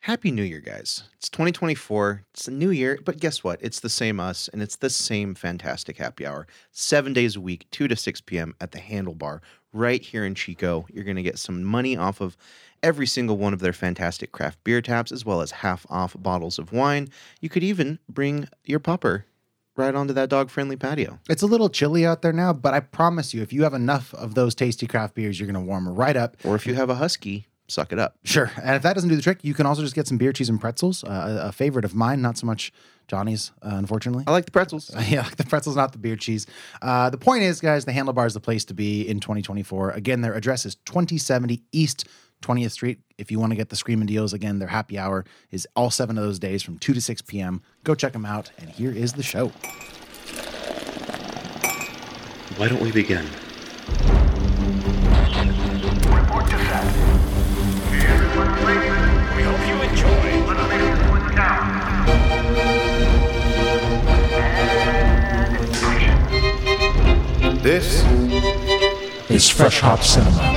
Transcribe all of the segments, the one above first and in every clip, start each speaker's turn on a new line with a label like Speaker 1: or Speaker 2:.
Speaker 1: Happy New Year, guys. It's 2024. It's a new year, but guess what? It's the same us, and it's the same fantastic happy hour. Seven days a week, 2 to 6 p.m. at the Handlebar right here in Chico. You're going to get some money off of every single one of their fantastic craft beer taps, as well as half off bottles of wine. You could even bring your pupper right onto that dog friendly patio.
Speaker 2: It's a little chilly out there now, but I promise you, if you have enough of those tasty craft beers, you're going to warm right up.
Speaker 1: Or if you have a husky, suck it up.
Speaker 2: Sure. And if that doesn't do the trick, you can also just get some beer, cheese, and pretzels. Uh, a a favorite of mine, not so much Johnny's, uh, unfortunately.
Speaker 1: I like the pretzels.
Speaker 2: yeah, like the pretzels, not the beer cheese. Uh, the point is, guys, the handlebar is the place to be in 2024. Again, their address is 2070 East 20th Street. If you want to get the screaming deals, again, their happy hour is all seven of those days from 2 to 6 p.m. Go check them out. And here is the show.
Speaker 3: Why don't we begin?
Speaker 4: Report to set. Hey, everyone, please. We hope you enjoy. Let's make this one count. And action.
Speaker 5: This
Speaker 6: It's Fresh Hop Cinema.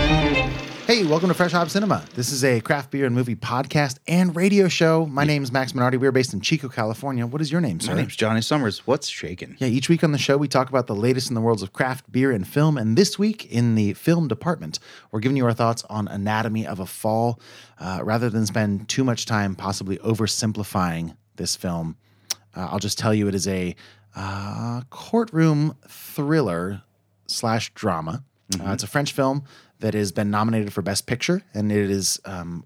Speaker 2: Hey, welcome to Fresh Hop Cinema. This is a craft beer and movie podcast and radio show. My name is Max Minardi. We're based in Chico, California. What is your name, sir?
Speaker 1: My name's Johnny Summers. What's shaking?
Speaker 2: yeah, each week on the show, we talk about the latest in the worlds of craft beer and film. And this week in the film department, we're giving you our thoughts on Anatomy of a Fall uh, rather than spend too much time possibly oversimplifying this film. Uh, I'll just tell you it is a uh, courtroom thriller slash drama. Uh, it's a French film that has been nominated for Best Picture, and it is um,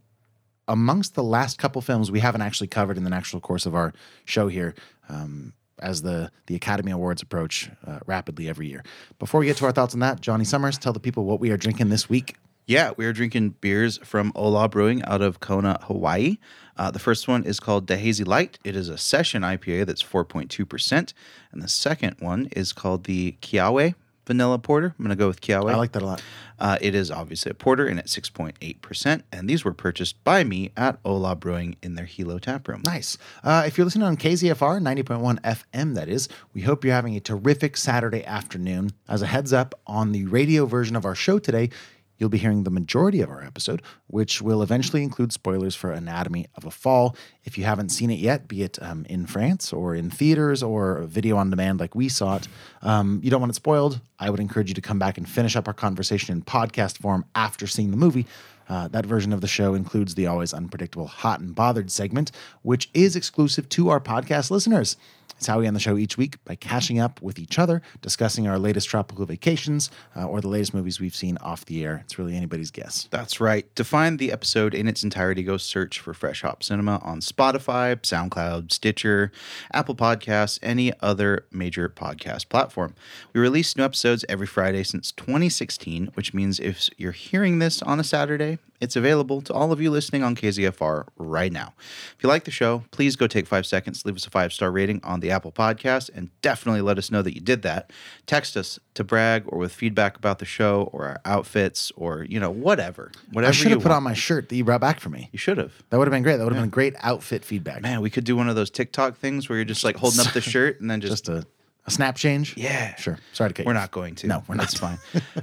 Speaker 2: amongst the last couple films we haven't actually covered in the actual course of our show here. Um, as the, the Academy Awards approach uh, rapidly every year. Before we get to our thoughts on that, Johnny Summers, tell the people what we are drinking this week.
Speaker 1: Yeah, we are drinking beers from Ola Brewing out of Kona, Hawaii. Uh, the first one is called De Hazy Light. It is a session IPA that's 4.2%. And the second one is called the Kiawe Vanilla Porter. I'm going to go with Kiawe.
Speaker 2: I like that a lot.
Speaker 1: Uh, it is obviously a porter and at 6.8%. And these were purchased by me at Ola Brewing in their Hilo tap room.
Speaker 2: Nice. Uh, if you're listening on KZFR 90.1 FM, that is, we hope you're having a terrific Saturday afternoon. As a heads up, on the radio version of our show today, you'll be hearing the majority of our episode, which will eventually include spoilers for Anatomy of a Fall. If you haven't seen it yet, be it um, in France or in theaters or video on demand like we saw it, um, you don't want it spoiled. I would encourage you to come back and finish up our conversation in podcast form after seeing the movie. Uh, that version of the show includes the always unpredictable hot and bothered segment, which is exclusive to our podcast listeners. It's how we end the show each week by catching up with each other, discussing our latest tropical vacations uh, or the latest movies we've seen off the air. It's really anybody's guess.
Speaker 1: That's right. To find the episode in its entirety, go search for Fresh Hop Cinema on Spotify, SoundCloud, Stitcher, Apple Podcasts, any other major podcast platform. We release new episodes every Friday since 2016, which means if you're hearing this on a Saturday, it's available to all of you listening on KZFR right now. If you like the show, please go take five seconds, leave us a five star rating on the Apple Podcast, and definitely let us know that you did that. Text us to brag or with feedback about the show or our outfits or, you know, whatever. Whatever
Speaker 2: I should
Speaker 1: you
Speaker 2: have put
Speaker 1: want.
Speaker 2: on my shirt that you brought back for me.
Speaker 1: You should have.
Speaker 2: That would have been great. That would have been great outfit feedback.
Speaker 1: Man, we could do one of those TikTok things where you're just like holding up the shirt and then just,
Speaker 2: Just a, a snap change.
Speaker 1: Yeah.
Speaker 2: Sure. Sorry to cut you
Speaker 1: we're
Speaker 2: off.
Speaker 1: not going to.
Speaker 2: No, we're not.
Speaker 1: That's fine.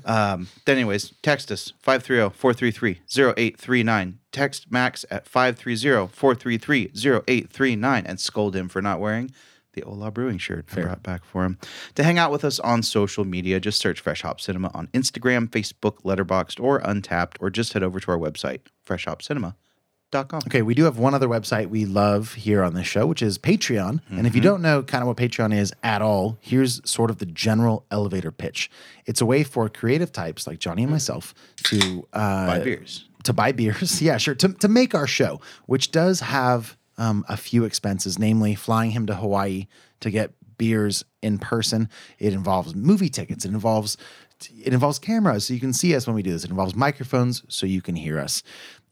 Speaker 1: um, then, anyways, text us oh, 530 433 0839. Text Max at oh, 530 433 0839 and scold him for not wearing the Ola Brewing shirt I brought back for him. To hang out with us on social media, just search Fresh Hop Cinema on Instagram, Facebook, Letterboxd, or Untapped, or just head over to our website, freshhopcinema.com.
Speaker 2: Okay, we do have one other website we love here on this show, which is Patreon. And if you don't know kind of what Patreon is at all, here's sort of the general elevator pitch. It's a way for creative types like Johnny and myself to uh,
Speaker 1: Buy beers.
Speaker 2: to buy beers. yeah, sure. To, to make our show, which does have um, a few expenses, namely flying him to Hawaii to get beers in person. It involves movie tickets. It involves it involves cameras so you can see us when we do this. It involves microphones so you can hear us.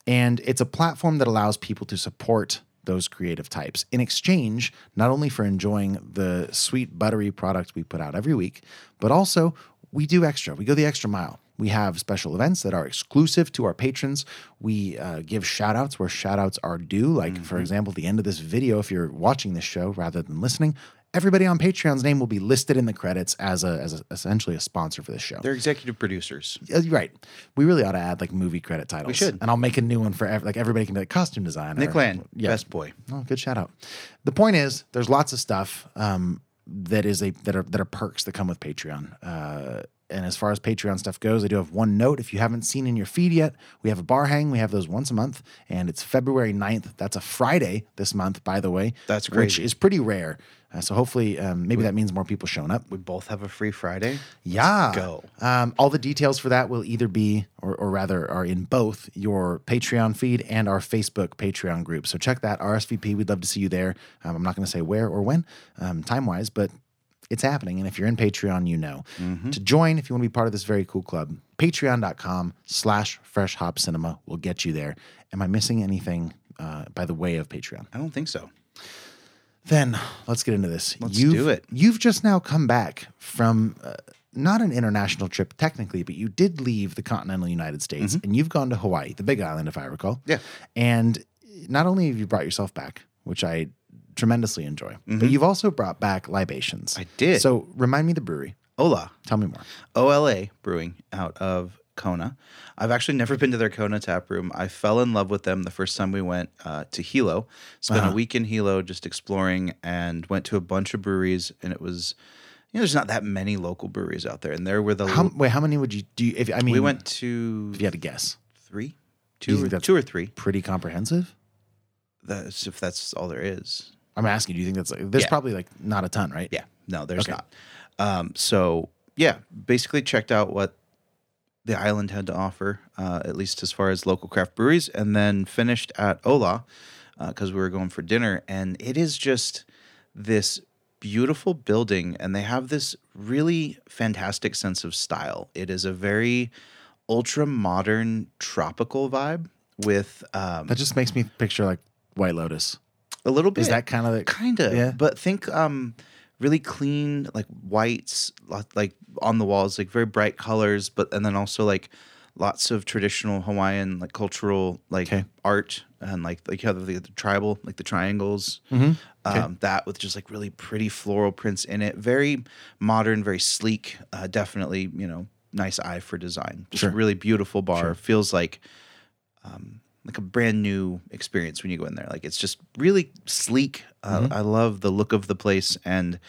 Speaker 2: And it's a platform that allows people to support those creative types in exchange not only for enjoying the sweet buttery product we put out every week, but also we do extra. We go the extra mile. We have special events that are exclusive to our patrons. We uh, give shout outs
Speaker 1: Mm-hmm.
Speaker 2: where shout outs are due. Like, for example, at the end of this video, if you're watching this show rather than listening, everybody on Patreon's name will be listed in the credits as a as a, essentially a sponsor for this show.
Speaker 1: They're executive producers.
Speaker 2: Uh, you're right. We really ought to add like movie credit titles. We
Speaker 1: should.
Speaker 2: and I'll make a new one for ev- like everybody can be like costume designer.
Speaker 1: Nick Land,
Speaker 2: yeah.
Speaker 1: best boy.
Speaker 2: Oh, good shout out. The point is, there's lots of stuff um, that is a that are that are perks that come with Patreon. Uh, and as far as Patreon stuff goes, I do have one note. If you haven't seen in your feed yet, we have a bar hang. We have those once a month, and it's February 9th. That's a Friday this month, by the way.
Speaker 1: That's
Speaker 2: Which
Speaker 1: crazy.
Speaker 2: is pretty rare. Uh, so hopefully, um, maybe that means more people showing up.
Speaker 1: We both have a free Friday.
Speaker 2: Yeah.
Speaker 1: go.
Speaker 2: Um, all the details for that will either be, or, or rather, are in both your Patreon feed and our Facebook Patreon group. So check that RSVP. We'd love to see you there. Um, I'm not going to say where or when, um, time wise, but it's happening. And if you're in Patreon, you know. To join, if you want to be part of this very cool club, patreon.com slash fresh hop cinema will get you there. Am I missing anything uh, by the way of Patreon?
Speaker 1: I don't think so.
Speaker 2: Then let's get into this.
Speaker 1: Let's
Speaker 2: you've,
Speaker 1: do it.
Speaker 2: You've just now come back from uh, not an international trip technically, but you did leave the continental United States and you've gone to Hawaii, the Big Island, if I recall.
Speaker 1: Mm-hmm. Yeah.
Speaker 2: And not only have you brought yourself back, which I tremendously enjoy, but you've also brought back libations.
Speaker 1: Mm-hmm. I did.
Speaker 2: So remind me the brewery.
Speaker 1: Hola.
Speaker 2: Tell me more.
Speaker 1: OLA Brewing out of Kona. I've actually never been to their Kona tap room. I fell in love with them the first time we went uh, to Hilo. Spent
Speaker 2: Uh-huh.
Speaker 1: a week in Hilo just exploring and went to a bunch of breweries. And it was, you know, there's not that many local breweries out there. And there were the.
Speaker 2: How, wait, how many would you do? You, if I mean,
Speaker 1: we went to
Speaker 2: If you had to guess,
Speaker 1: three,
Speaker 2: you
Speaker 1: two,
Speaker 2: think
Speaker 1: or,
Speaker 2: that's-
Speaker 1: two or three.
Speaker 2: pretty comprehensive.
Speaker 1: That's if that's all there is.
Speaker 2: I'm asking. Do you think that's like? There's
Speaker 1: Yeah.
Speaker 2: probably like not a ton, right?
Speaker 1: Yeah, no, there's
Speaker 2: Okay.
Speaker 1: not. Um, so yeah, basically checked out what the island had to offer, uh, at least as far as local craft breweries, and then finished at Ola because we were going for dinner, and it is just this beautiful building, and they have this really fantastic sense of style. It is a very ultra modern tropical vibe with um,
Speaker 2: That just makes me picture like White Lotus.
Speaker 1: a little bit
Speaker 2: Is that kind of the
Speaker 1: kind of
Speaker 2: Yeah.
Speaker 1: but think um really clean like whites lot, like on the walls like very bright colors but and then also like lots of traditional hawaiian like cultural like
Speaker 2: Okay.
Speaker 1: art and like like how the, the tribal like the triangles
Speaker 2: Mm-hmm.
Speaker 1: um, that with just like really pretty floral prints in it very modern very sleek uh, definitely you know nice eye for design just
Speaker 2: Sure.
Speaker 1: really beautiful bar feels like like a brand new experience when you go in there. Like it's just really sleek. Uh,
Speaker 2: Mm-hmm.
Speaker 1: I love the look of the place, and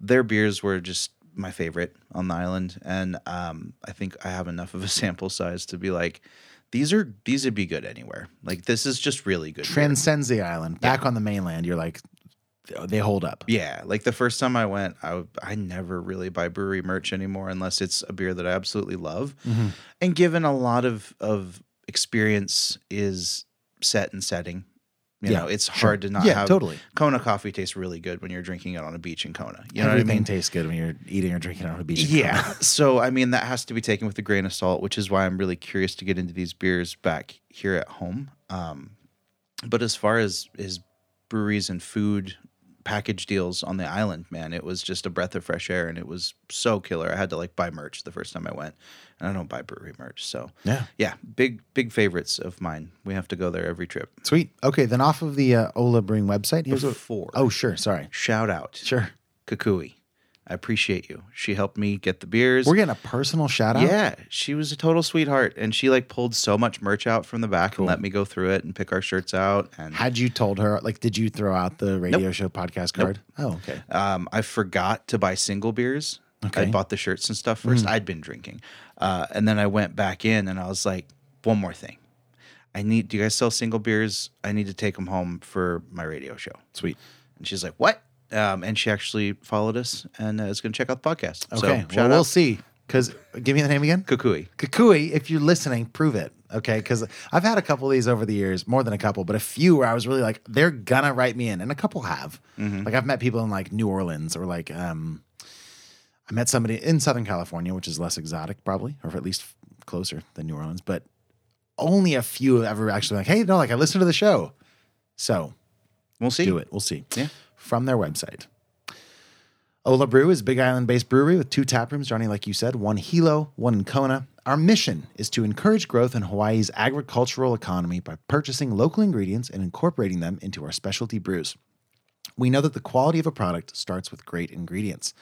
Speaker 1: their beers were just my favorite on the island. And um, I think I have enough of a sample size to be like, these are these would be good anywhere. Like this is just really good. beer.
Speaker 2: transcends the island back on the mainland you're like they hold up
Speaker 1: Yeah, like the first time I went, I I never really buy brewery merch anymore unless it's a beer that I absolutely love. And given a lot of of experience is set and setting, you
Speaker 2: Yeah,
Speaker 1: know, it's
Speaker 2: sure.
Speaker 1: hard to not
Speaker 2: Yeah,
Speaker 1: have
Speaker 2: totally.
Speaker 1: Kona coffee tastes really good when you're drinking it on a beach in Kona. You know
Speaker 2: everything
Speaker 1: what I mean?
Speaker 2: tastes good when you're eating or drinking on a beach
Speaker 1: Yeah. so I mean that has to be taken with a grain of salt, which is why I'm really curious to get into these beers back here at home. Um, but as far as as breweries and food package deals on the island, man, it was just a breath of fresh air and it was so killer. I had to like buy merch the first time I went. And I don't buy brewery merch. So
Speaker 2: Yeah.
Speaker 1: Yeah. Big big favorites of mine. We have to go there every trip.
Speaker 2: sweet okay then off of the uh, ola brewing website here's what
Speaker 1: Before.
Speaker 2: oh sure sorry
Speaker 1: Shout out.
Speaker 2: sure
Speaker 1: Kakui. I appreciate you. She helped me get the beers.
Speaker 2: we're getting a personal shout out
Speaker 1: Yeah, she was a total sweetheart, and she like pulled so much merch out from the back and let me go through it and pick our shirts out. And
Speaker 2: had you told her like did you throw out the radio show podcast card oh okay
Speaker 1: um, I forgot to buy single beers.
Speaker 2: Okay. Mm.
Speaker 1: I bought the shirts and stuff 1st i I'd been drinking, uh, and then I went back in and I was like, one more thing. I need. Do you guys sell single beers? I need to take them home for my radio show.
Speaker 2: sweet
Speaker 1: And she's like, what? Um, and she actually followed us and uh, is going to check out the podcast. So,
Speaker 2: okay
Speaker 1: shout
Speaker 2: well,
Speaker 1: out
Speaker 2: we'll see because give me the name again
Speaker 1: Kukui.
Speaker 2: Kakui, if you're listening, prove it. Okay. Because I've had a couple of these over the years, more than a couple, but a few where I was really like, they're going to write me in. And a couple have. Like, I've met people in like New Orleans or like, um, I met somebody in Southern California, which is less exotic, probably, or at least closer than New Orleans. But only a few have ever actually been like, hey, no, like I listened to the show. So
Speaker 1: We'll see.
Speaker 2: do it. We'll see.
Speaker 1: Yeah.
Speaker 2: From their website. Ola Brew is a Big Island based brewery with two tap rooms, Johnny, like you said, one Hilo, one in Kona. Our mission is to encourage growth in Hawaii's agricultural economy by purchasing local ingredients and incorporating them into our specialty brews. We know that the quality of a product starts with great ingredients.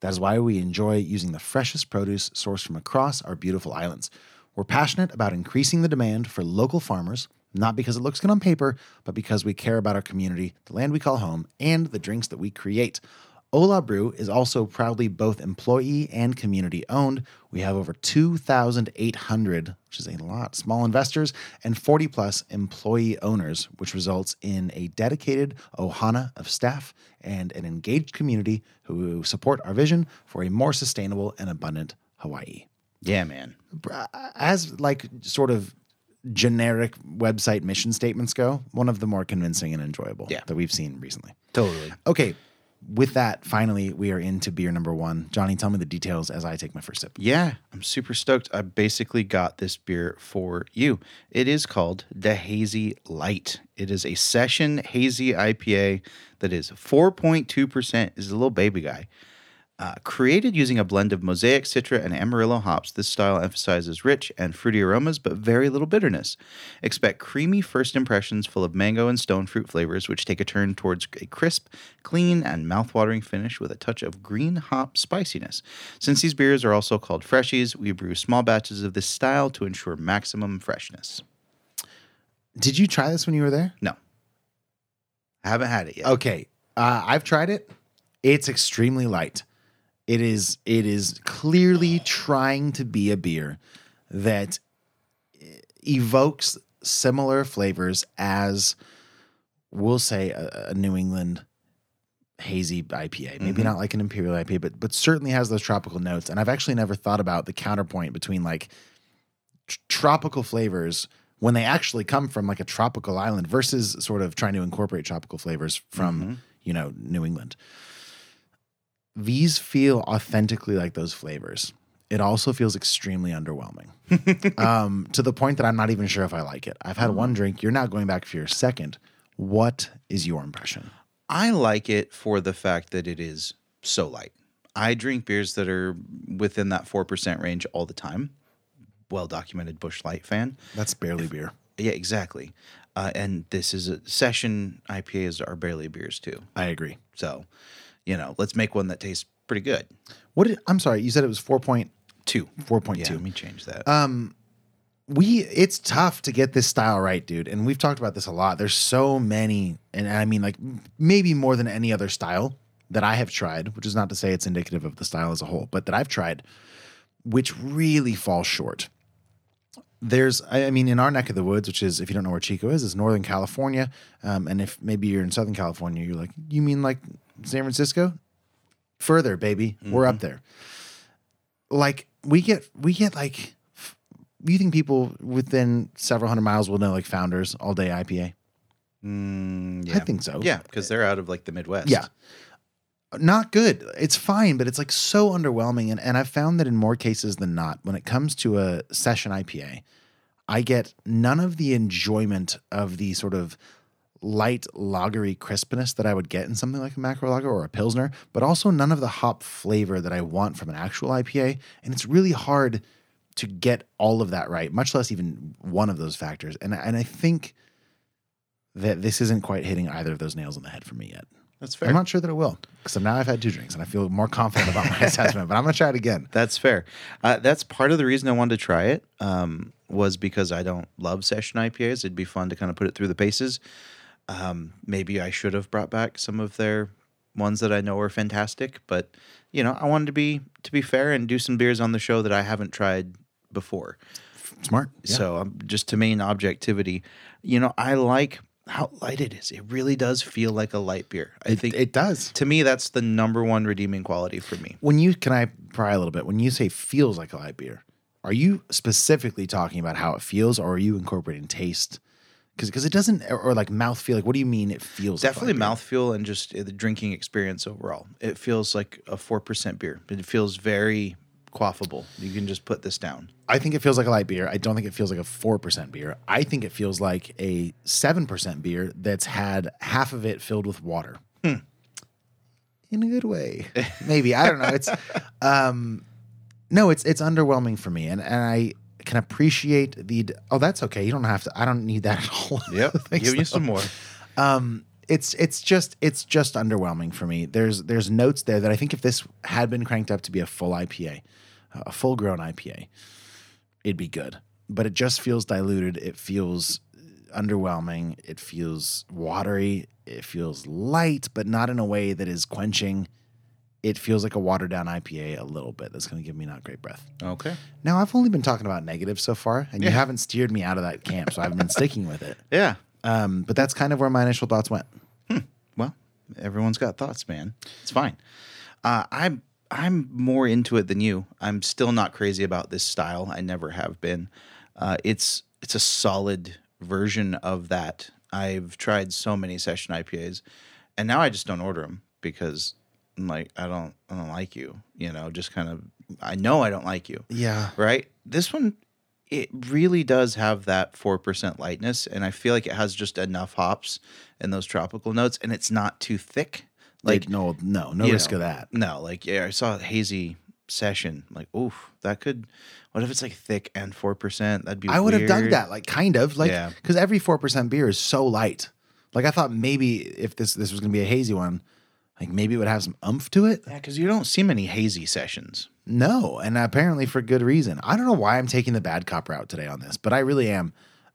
Speaker 2: That is why we enjoy using the freshest produce sourced from across our beautiful islands. We're passionate about increasing the demand for local farmers, not because it looks good on paper, but because we care about our community, the land we call home, and the drinks that we create. Ola Brew is also proudly both employee and community owned. We have over 2,800, which is a lot, small investors and 40 plus employee owners, which results in a dedicated Ohana of staff and an engaged community who support our vision for a more sustainable and abundant Hawaii.
Speaker 1: Yeah, man.
Speaker 2: As like sort of generic website mission statements go, one of the more convincing and enjoyable
Speaker 1: Yeah.
Speaker 2: that we've seen recently.
Speaker 1: Totally.
Speaker 2: Okay. With that, finally, we are into beer number one. Johnny, tell me the details as I take my first sip.
Speaker 1: Yeah, I'm super stoked. I basically got this beer for you. It is called the Hazy Light. It is a session hazy IPA that is 4.2%, is a little baby guy. Uh, created using a blend of Mosaic, Citra, and Amarillo hops, this style emphasizes rich and fruity aromas but very little bitterness. Expect creamy first impressions full of mango and stone fruit flavors, which take a turn towards a crisp, clean, and mouthwatering finish with a touch of green hop spiciness. Since these beers are also called freshies, we brew small batches of this style to ensure maximum freshness.
Speaker 2: Did you try this when you were there?
Speaker 1: No, I haven't had it yet.
Speaker 2: Okay. Uh, I've tried it. It's extremely light. It is it is clearly trying to be a beer that evokes similar flavors as we'll say a, a New England hazy IPA. Maybe not like an imperial IPA, but but certainly has those tropical notes. And I've actually never thought about the counterpoint between like tr- tropical flavors when they actually come from like a tropical island versus sort of trying to incorporate tropical flavors from you know New England. These feel authentically like those flavors. It also feels extremely underwhelming um, to the point that I'm not even sure if I like it. I've had one drink. You're now going back for your second. What is your impression?
Speaker 1: I like it for the fact that it is so light. I drink beers that are within that 4% range all the time. Well documented Bush Light fan.
Speaker 2: That's barely beer.
Speaker 1: Yeah, exactly. Uh, and this is a session IPAs are barely beers too.
Speaker 2: I agree.
Speaker 1: So, you know, let's make one that tastes pretty good.
Speaker 2: What? Did, I'm sorry. You said it was four point
Speaker 1: Two.
Speaker 2: four point two.
Speaker 1: Yeah, let me change that.
Speaker 2: Uh, we it's tough to get this style right, dude. And we've talked about this a lot. There's so many, and I mean like m- maybe more than any other style that I have tried, which is not to say it's indicative of the style as a whole, but that I've tried, which really falls short. There's, I I mean, in our neck of the woods, which is, if you don't know where Chico is, it's Northern California. Um, and if maybe you're in Southern California, you're like, you mean like San Francisco? Further, baby, we're up there. Like we get, we get like you think people within several hundred miles will know like founders all day IPA?
Speaker 1: Mm, yeah.
Speaker 2: I think so.
Speaker 1: yeah, because they're out of like the Midwest.
Speaker 2: Yeah. Not good. It's fine, but it's like so underwhelming. And, and I've found that in more cases than not, when it comes to a session IPA, I get none of the enjoyment of the sort of light lagery crispness that I would get in something like a macro lager or a pilsner, but also none of the hop flavor that I want from an actual IPA. And it's really hard to get all of that right, much less even one of those factors. And and I think that this isn't quite hitting either of those nails on the head for me yet.
Speaker 1: That's
Speaker 2: I'm not sure that it will because now I've had two drinks and I feel more confident about my assessment. But I'm gonna try it again.
Speaker 1: That's fair. Uh, that's part of the reason I wanted to try it um, was because I don't love session IPAs. It'd be fun to kind of put it through the paces. Um, maybe I should have brought back some of their ones that I know are fantastic, but you know, I wanted to be to be fair and do some beers on the show that I haven't tried before.
Speaker 2: Smart. Yeah.
Speaker 1: So um, just to main objectivity, you know, I like how light it is. It really does feel like a light beer. I
Speaker 2: it,
Speaker 1: think
Speaker 2: it does.
Speaker 1: to me that's the number one redeeming quality for me.
Speaker 2: When you can I pry a little bit? When you say feels like a light beer, are you specifically talking about how it feels, or are you incorporating taste? Because it doesn't, or, or like mouthfeel. Like, what do you mean it feels? like a
Speaker 1: definitely
Speaker 2: light beer?
Speaker 1: mouthfeel and just uh, the drinking experience overall. It feels like a four percent beer. It feels very quaffable. You can just put this down.
Speaker 2: I think it feels like a light beer. I don't think it feels like a 4% beer. I think it feels like a 7% beer that's had half of it filled with water. In a good way. Maybe. I don't know. It's um no, it's it's underwhelming for me and and I can appreciate the d- Oh, that's okay. You don't have to I don't need that at all.
Speaker 1: Give me some more.
Speaker 2: Um it's it's just it's just underwhelming for me. There's there's notes there that I think if this had been cranked up to be a full IPA, a full grown IPA, it'd be good. But it just feels diluted. It feels underwhelming. It feels watery. It feels light, but not in a way that is quenching. It feels like a watered down IPA a little bit. That's going to give me not great breath.
Speaker 1: Okay.
Speaker 2: Now I've only been talking about negatives so far, and you haven't steered me out of that camp, so I've been sticking with it.
Speaker 1: Yeah.
Speaker 2: Um, but that's kind of where my initial thoughts went.
Speaker 1: Well, everyone's got thoughts, man. It's fine. Uh, I'm I'm more into it than you. I'm still not crazy about this style. I never have been. Uh, it's it's a solid version of that. I've tried so many session IPAs, and now I just don't order them because I'm like I don't I don't like you. You know, just kind of I know I don't like you
Speaker 2: Yeah.
Speaker 1: right? This one, it really does have that 4% lightness. And I feel like it has just enough hops and those tropical notes, and it's not too thick.
Speaker 2: Like
Speaker 1: Like,
Speaker 2: no, no, no
Speaker 1: you
Speaker 2: risk
Speaker 1: know,
Speaker 2: of that.
Speaker 1: No, like, yeah, I saw a hazy session. Like, oof, that could, what if it's like thick and 4%? That'd be
Speaker 2: I would have dug
Speaker 1: weird.
Speaker 2: that, like kind of, like
Speaker 1: Yeah.
Speaker 2: because every four percent beer is so light. Like I thought maybe if this this was gonna be a hazy one, like maybe it would have some umph to it.
Speaker 1: Yeah, because you don't see many hazy sessions.
Speaker 2: No, and apparently for good reason. I don't know why I'm taking the bad cop route today on this, but I really am.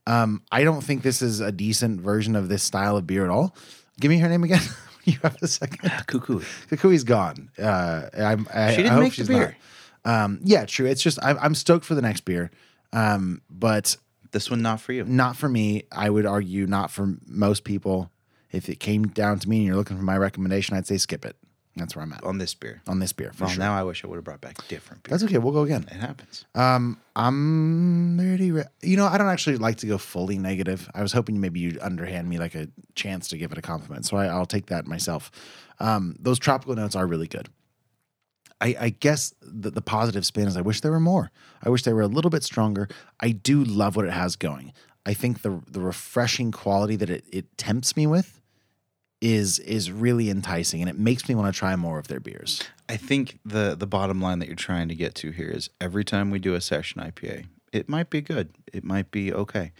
Speaker 2: Um, I don't think this is a decent version of this style of beer at all. Give me her name again. you have a second.
Speaker 1: Cuckoo.
Speaker 2: Kukui's gone. Uh, I'm, I,
Speaker 1: She didn't
Speaker 2: I hope
Speaker 1: make the
Speaker 2: she's
Speaker 1: beer.
Speaker 2: Not. Um, yeah, true. It's just I'm, I'm stoked for the next beer, um, but
Speaker 1: This one, not for you.
Speaker 2: not for me. I would argue not for most people. If it came down to me and you're looking for my recommendation, I'd say skip it. That's where I'm at
Speaker 1: On this beer.
Speaker 2: on this beer for
Speaker 1: Well,
Speaker 2: sure.
Speaker 1: now I wish I would have brought back different beer.
Speaker 2: That's okay. We'll go again.
Speaker 1: it happens.
Speaker 2: Um, I'm pretty. Re- you know, I don't actually like to go fully negative. I was hoping maybe you'd underhand me like a chance to give it a compliment, so I, I'll take that myself. Um, those tropical notes are really good. I, I guess the, the positive spin is I wish there were more. I wish they were a little bit stronger. I do love what it has going. I think the the refreshing quality that it, it tempts me with is is really enticing, and it makes me want to try more of their beers.
Speaker 1: I think the the bottom line that you're trying to get to here is every time we do a session IPA, it might be good. It might be okay.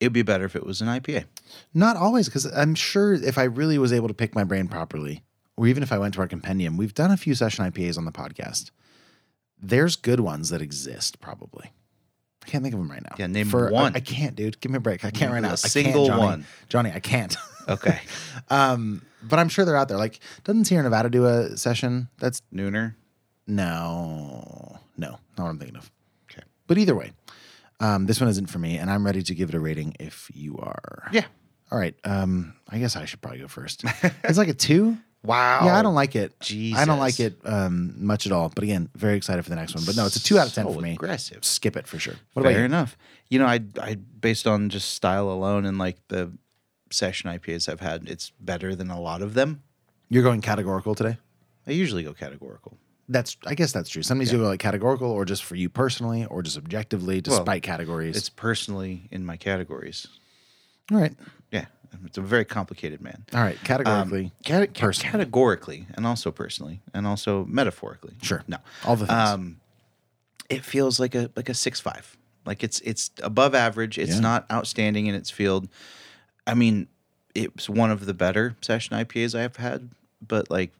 Speaker 1: It'd be better if it was an IPA.
Speaker 2: Not always, because I'm sure if I really was able to pick my brain properly, or even if I went to our compendium, we've done a few session IPAs on the podcast. There's good ones that exist, probably. I can't think of them right now.
Speaker 1: Yeah, name
Speaker 2: For,
Speaker 1: one.
Speaker 2: I, I can't, dude. Give me a break. I can't right
Speaker 1: A
Speaker 2: now. I can't,
Speaker 1: single
Speaker 2: Johnny.
Speaker 1: one.
Speaker 2: Johnny, I can't.
Speaker 1: Okay.
Speaker 2: um, but I'm sure they're out there. Like, doesn't Sierra Nevada do a session? That's
Speaker 1: Nooner.
Speaker 2: no, no, not what I'm thinking of.
Speaker 1: Okay.
Speaker 2: But either way, um, this one isn't for me, and I'm ready to give it a rating if you are.
Speaker 1: Yeah.
Speaker 2: All right. Um, I guess I should probably go first. It's like a two.
Speaker 1: Wow.
Speaker 2: Yeah, I don't like it. I
Speaker 1: Jesus.
Speaker 2: don't like it um, much at all. But again, very excited for the next one. But no, it's a two out of ten
Speaker 1: So
Speaker 2: for me.
Speaker 1: aggressive.
Speaker 2: Skip it for sure. What
Speaker 1: Fair
Speaker 2: about you?
Speaker 1: enough. You know, I I based on just style alone and like the session IPAs I've had, it's better than a lot of them.
Speaker 2: You're going categorical today.
Speaker 1: I usually go categorical.
Speaker 2: That's I guess that's true. Sometimes you go like categorical, or just for you personally, or just objectively, despite categories.
Speaker 1: It's personally in my categories.
Speaker 2: all right.
Speaker 1: Yeah. It's a very complicated man.
Speaker 2: All right. Categorically.
Speaker 1: Cate- Um, ca-
Speaker 2: personally.
Speaker 1: categorically and also personally and also metaphorically.
Speaker 2: Sure.
Speaker 1: No.
Speaker 2: All the things.
Speaker 1: Um, it feels like a like a six five. Like it's it's above average. It's
Speaker 2: Yeah.
Speaker 1: not outstanding in its field. I mean, it's one of the better session IPAs I have had, but like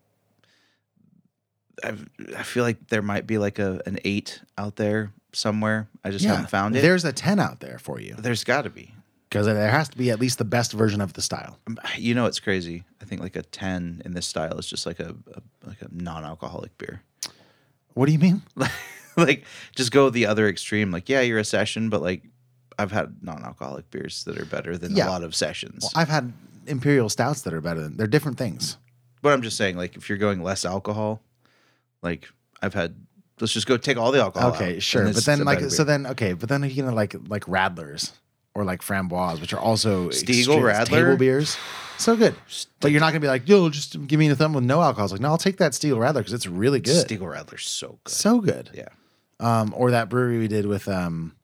Speaker 1: I've, I feel like there might be like a an eight out there somewhere. I just haven't found it.
Speaker 2: There's a ten out there for you
Speaker 1: there's got to be. Um,
Speaker 2: because there has to be at least the best version of the style.
Speaker 1: You know, it's crazy. I think like a ten in this style is just like a, a like a non-alcoholic beer.
Speaker 2: What do you mean?
Speaker 1: like just go the other extreme. Like, yeah, you're a session, but like I've had non-alcoholic beers that are better than
Speaker 2: Yeah.
Speaker 1: a lot of sessions.
Speaker 2: I've had imperial stouts that are better than they're different things.
Speaker 1: but I'm just saying, like, if you're going less alcohol, like I've had let's just go take all the alcohol. out,
Speaker 2: Okay,
Speaker 1: Oh, and
Speaker 2: sure.
Speaker 1: it's
Speaker 2: But then
Speaker 1: a
Speaker 2: like
Speaker 1: better
Speaker 2: so
Speaker 1: beer.
Speaker 2: then okay, but then you know like like Radlers or like Framboise, which are also
Speaker 1: Stiegel,
Speaker 2: extreme-
Speaker 1: Radler?
Speaker 2: table beers. So good. But you're not gonna be like, yo, just give me the thumb with no alcohol. It's like, no, I'll take that Stiegel Radler because it's really good.
Speaker 1: Stiegel Radler's so good.
Speaker 2: So good.
Speaker 1: yeah.
Speaker 2: Um, or that brewery we did with um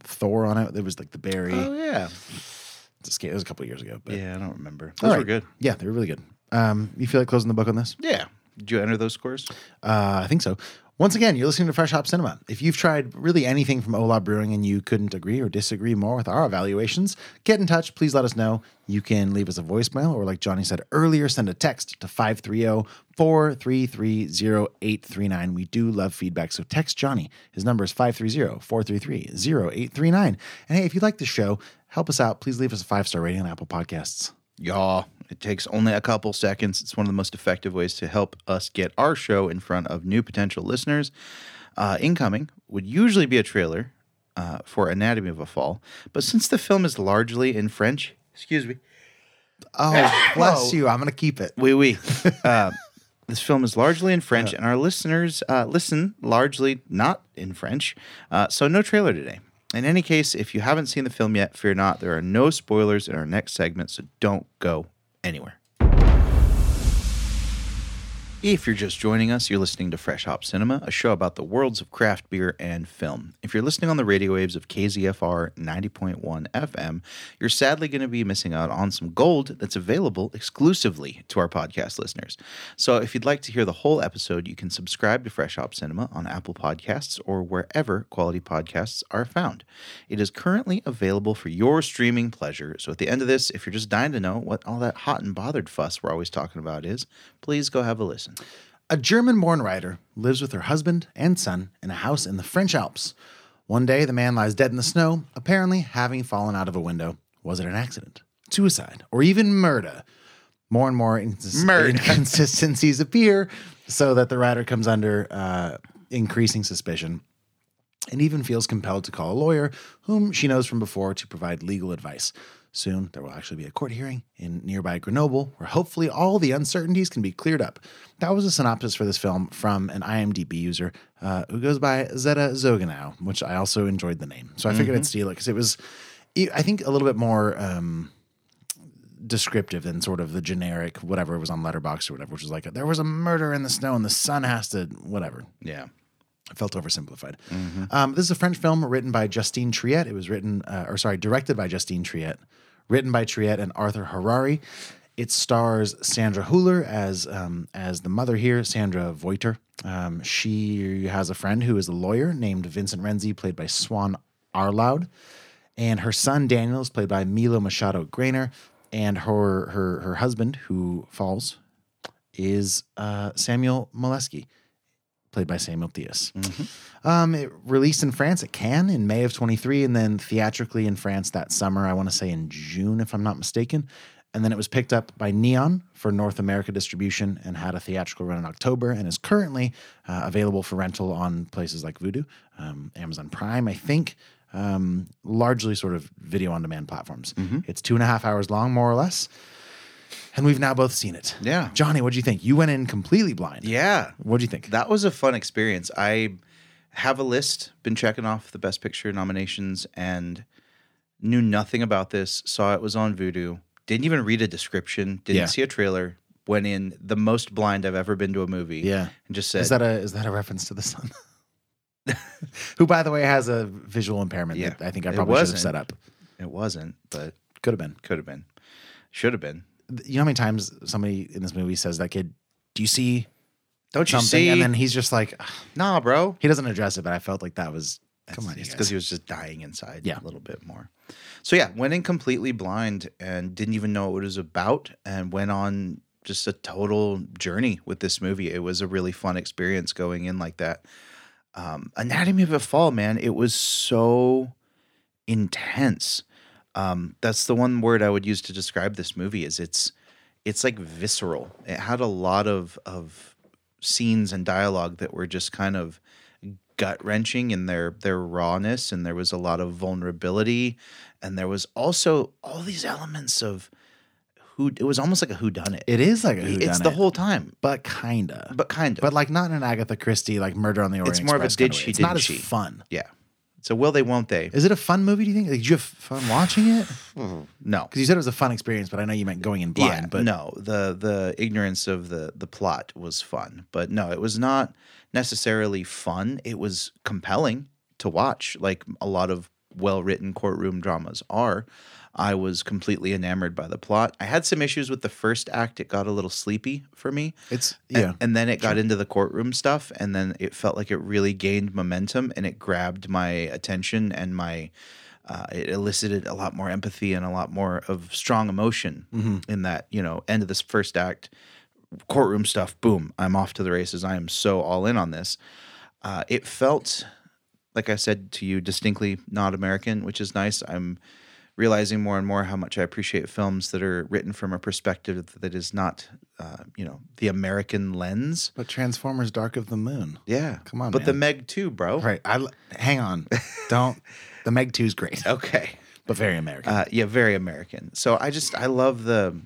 Speaker 2: Thor on it. There was like the berry.
Speaker 1: Oh yeah.
Speaker 2: It's a sca- it was a couple years ago. But
Speaker 1: Yeah, I don't remember.
Speaker 2: All
Speaker 1: Those were
Speaker 2: right.
Speaker 1: good.
Speaker 2: Yeah, they were really good. Um, you feel like closing the book on this?
Speaker 1: Yeah. Did you enter those scores?
Speaker 2: Uh, I think so. Once again, you're listening to Fresh Hop Cinema. If you've tried really anything from Ola Brewing and you couldn't agree or disagree more with our evaluations, get in touch. Please let us know. You can leave us a voicemail or, like Johnny said earlier, send a text to 530 433 0839. We do love feedback, so text Johnny. His number is 530 433 0839. And hey, if you like the show, help us out. Please leave us a five star rating on Apple Podcasts.
Speaker 1: Y'all, it takes only a couple seconds. It's one of the most effective ways to help us get our show in front of new potential listeners. Uh, incoming would usually be a trailer uh, for Anatomy of a Fall, but since the film is largely in French, excuse me,
Speaker 2: Oh, bless you. I'm going to keep it.
Speaker 1: oui, oui, uh, this film is largely in French, and our listeners uh, listen largely not in French, uh, so no trailer today. In any case, if you haven't seen the film yet, fear not. There are no spoilers in our next segment, so don't go anywhere. If you're just joining us, you're listening to Fresh Hop Cinema, a show about the worlds of craft beer and film. If you're listening on the radio waves of KZFR 90.1 FM, you're sadly going to be missing out on some gold that's available exclusively to our podcast listeners. So if you'd like to hear the whole episode, you can subscribe to Fresh Hop Cinema on Apple Podcasts or wherever quality podcasts are found. It is currently available for your streaming pleasure. So at the end of this, if you're just dying to know what all that hot and bothered fuss we're always talking about is, please go have a listen.
Speaker 2: A German born writer lives with her husband and son in a house in the French Alps. One day, the man lies dead in the snow, apparently having fallen out of a window. Was it an accident, suicide, or even murder? More and more incons-
Speaker 1: Murder.
Speaker 2: inconsistencies appear so that the writer comes under uh, increasing suspicion and even feels compelled to call a lawyer whom she knows from before to provide legal advice. Soon, there will actually be a court hearing in nearby Grenoble where hopefully all the uncertainties can be cleared up. That was a synopsis for this film from an IMDb user uh, who goes by Zeta Zoganau, which I also enjoyed the name. So I figured I'd steal it because it was, e, I think, a little bit more. Um, descriptive than sort of the generic whatever was on letterbox or whatever which was like there was a murder in the snow and the sun has to whatever
Speaker 1: Yeah.
Speaker 2: I felt oversimplified. Um, this is a French film written by Justine Triet. It was written, uh, or sorry, directed by Justine Triet, written by Triet and Arthur Harari. It stars Sandra Huller as um, as the mother here, Sandra Voiter. Um, she has a friend who is a lawyer named Vincent Renzi, played by Swan Arloud, and her son Daniel is played by Milo Machado Grainer, and her her her husband who falls is uh, Samuel Molesky played by Samuel Theus. Um, it released in France at Cannes in May of 23, and then theatrically in France that summer, I want to say in June, if I'm not mistaken. And then it was picked up by Neon for North America distribution and had a theatrical run in October and is currently uh, available for rental on places like Vudu, um, Amazon Prime, I think, um, largely sort of video on demand platforms. It's two and a half hours long, more or less. And we've now both seen it.
Speaker 1: Yeah.
Speaker 2: Johnny, what do you think? You went in completely blind.
Speaker 1: Yeah.
Speaker 2: What do you think?
Speaker 1: That was a fun experience. I have a list, been checking off the Best Picture nominations, and knew nothing about this. Saw it was on Vudu. Didn't even read a description. Didn't
Speaker 2: Yeah.
Speaker 1: see a trailer. Went in the most blind I've ever been to a movie.
Speaker 2: Yeah.
Speaker 1: and just said,
Speaker 2: Is that a is that a reference to the sun? Who, by the way, has a visual impairment
Speaker 1: Yeah.
Speaker 2: that I think I
Speaker 1: It
Speaker 2: probably should have
Speaker 1: wasn't.
Speaker 2: set up.
Speaker 1: it wasn't, but
Speaker 2: Could have been.
Speaker 1: could have been, should have been.
Speaker 2: You know how many times somebody in this movie says that kid, "Do you see
Speaker 1: Don't you
Speaker 2: something?"
Speaker 1: see?
Speaker 2: And then he's just like, "Ugh."
Speaker 1: nah, bro.
Speaker 2: he doesn't address it. But I felt like that was come on, you
Speaker 1: It's
Speaker 2: guys.
Speaker 1: because he was just dying inside
Speaker 2: Yeah.
Speaker 1: a little bit more. So yeah, went in completely blind and didn't even know what it was about and went on just a total journey with this movie. It was a really fun experience going in like that. Um, Anatomy of a Fall, man, it was so intense. Um, that's the one word I would use to describe this movie is it's it's like visceral. It had a lot of of scenes and dialogue that were just kind of gut wrenching in their their rawness, and there was a lot of vulnerability, and there was also all these elements of who it was almost like a who done it.
Speaker 2: it is like a whodunit,
Speaker 1: It's the whole time,
Speaker 2: but kinda,
Speaker 1: but kind of.
Speaker 2: but like not in an Agatha Christie like Murder on the Orient.
Speaker 1: It's more of a
Speaker 2: Express kinda
Speaker 1: did
Speaker 2: way.
Speaker 1: she,
Speaker 2: It's not
Speaker 1: didn't
Speaker 2: as
Speaker 1: she.
Speaker 2: fun.
Speaker 1: yeah. So will they? Won't they?
Speaker 2: Is it a fun movie? Do you think? Like, did you have fun watching it?
Speaker 1: No.
Speaker 2: Because you said it was a fun experience, but I know you meant going in blind. but
Speaker 1: no, the the ignorance of the the plot was fun, but no, it was not necessarily fun. It was compelling to watch, like a lot of well written courtroom dramas are. I was completely enamored by the plot. I had some issues with the first act; it got a little sleepy for me.
Speaker 2: It's
Speaker 1: A-
Speaker 2: yeah.
Speaker 1: And, then it got into the courtroom stuff, and then it felt like it really gained momentum, and it grabbed my attention and my. Uh, it elicited a lot more empathy and a lot more of strong emotion
Speaker 2: Mm-hmm.
Speaker 1: in that you know end of this first act courtroom stuff boom i'm off to the races i am so all in on this uh, it felt like i said to you distinctly not american which is nice i'm realizing more and more how much i appreciate films that are written from a perspective that is not uh, you know the american lens
Speaker 2: But Transformers: Dark of the Moon.
Speaker 1: yeah
Speaker 2: Come on,
Speaker 1: but the
Speaker 2: man.
Speaker 1: meg too bro
Speaker 2: Right. I l- hang on. Don't. The Meg 2 's great,
Speaker 1: okay
Speaker 2: but very American.
Speaker 1: Uh, yeah, very American. So I just I love the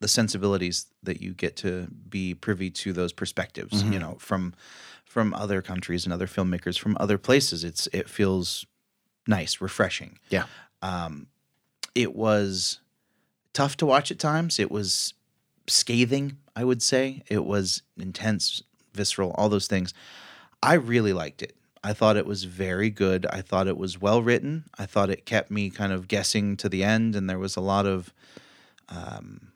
Speaker 1: the sensibilities that you get to be privy to those perspectives.
Speaker 2: Mm-hmm.
Speaker 1: You know, from from other countries and other filmmakers from other places. It's it feels nice, refreshing. Um,
Speaker 2: yeah.
Speaker 1: It was tough to watch at times. It was scathing, I would say. It was intense, visceral, all those things. I really liked it. I thought it was very good. I thought it was well written. I thought it kept me kind of guessing to the end, and there was a lot of um,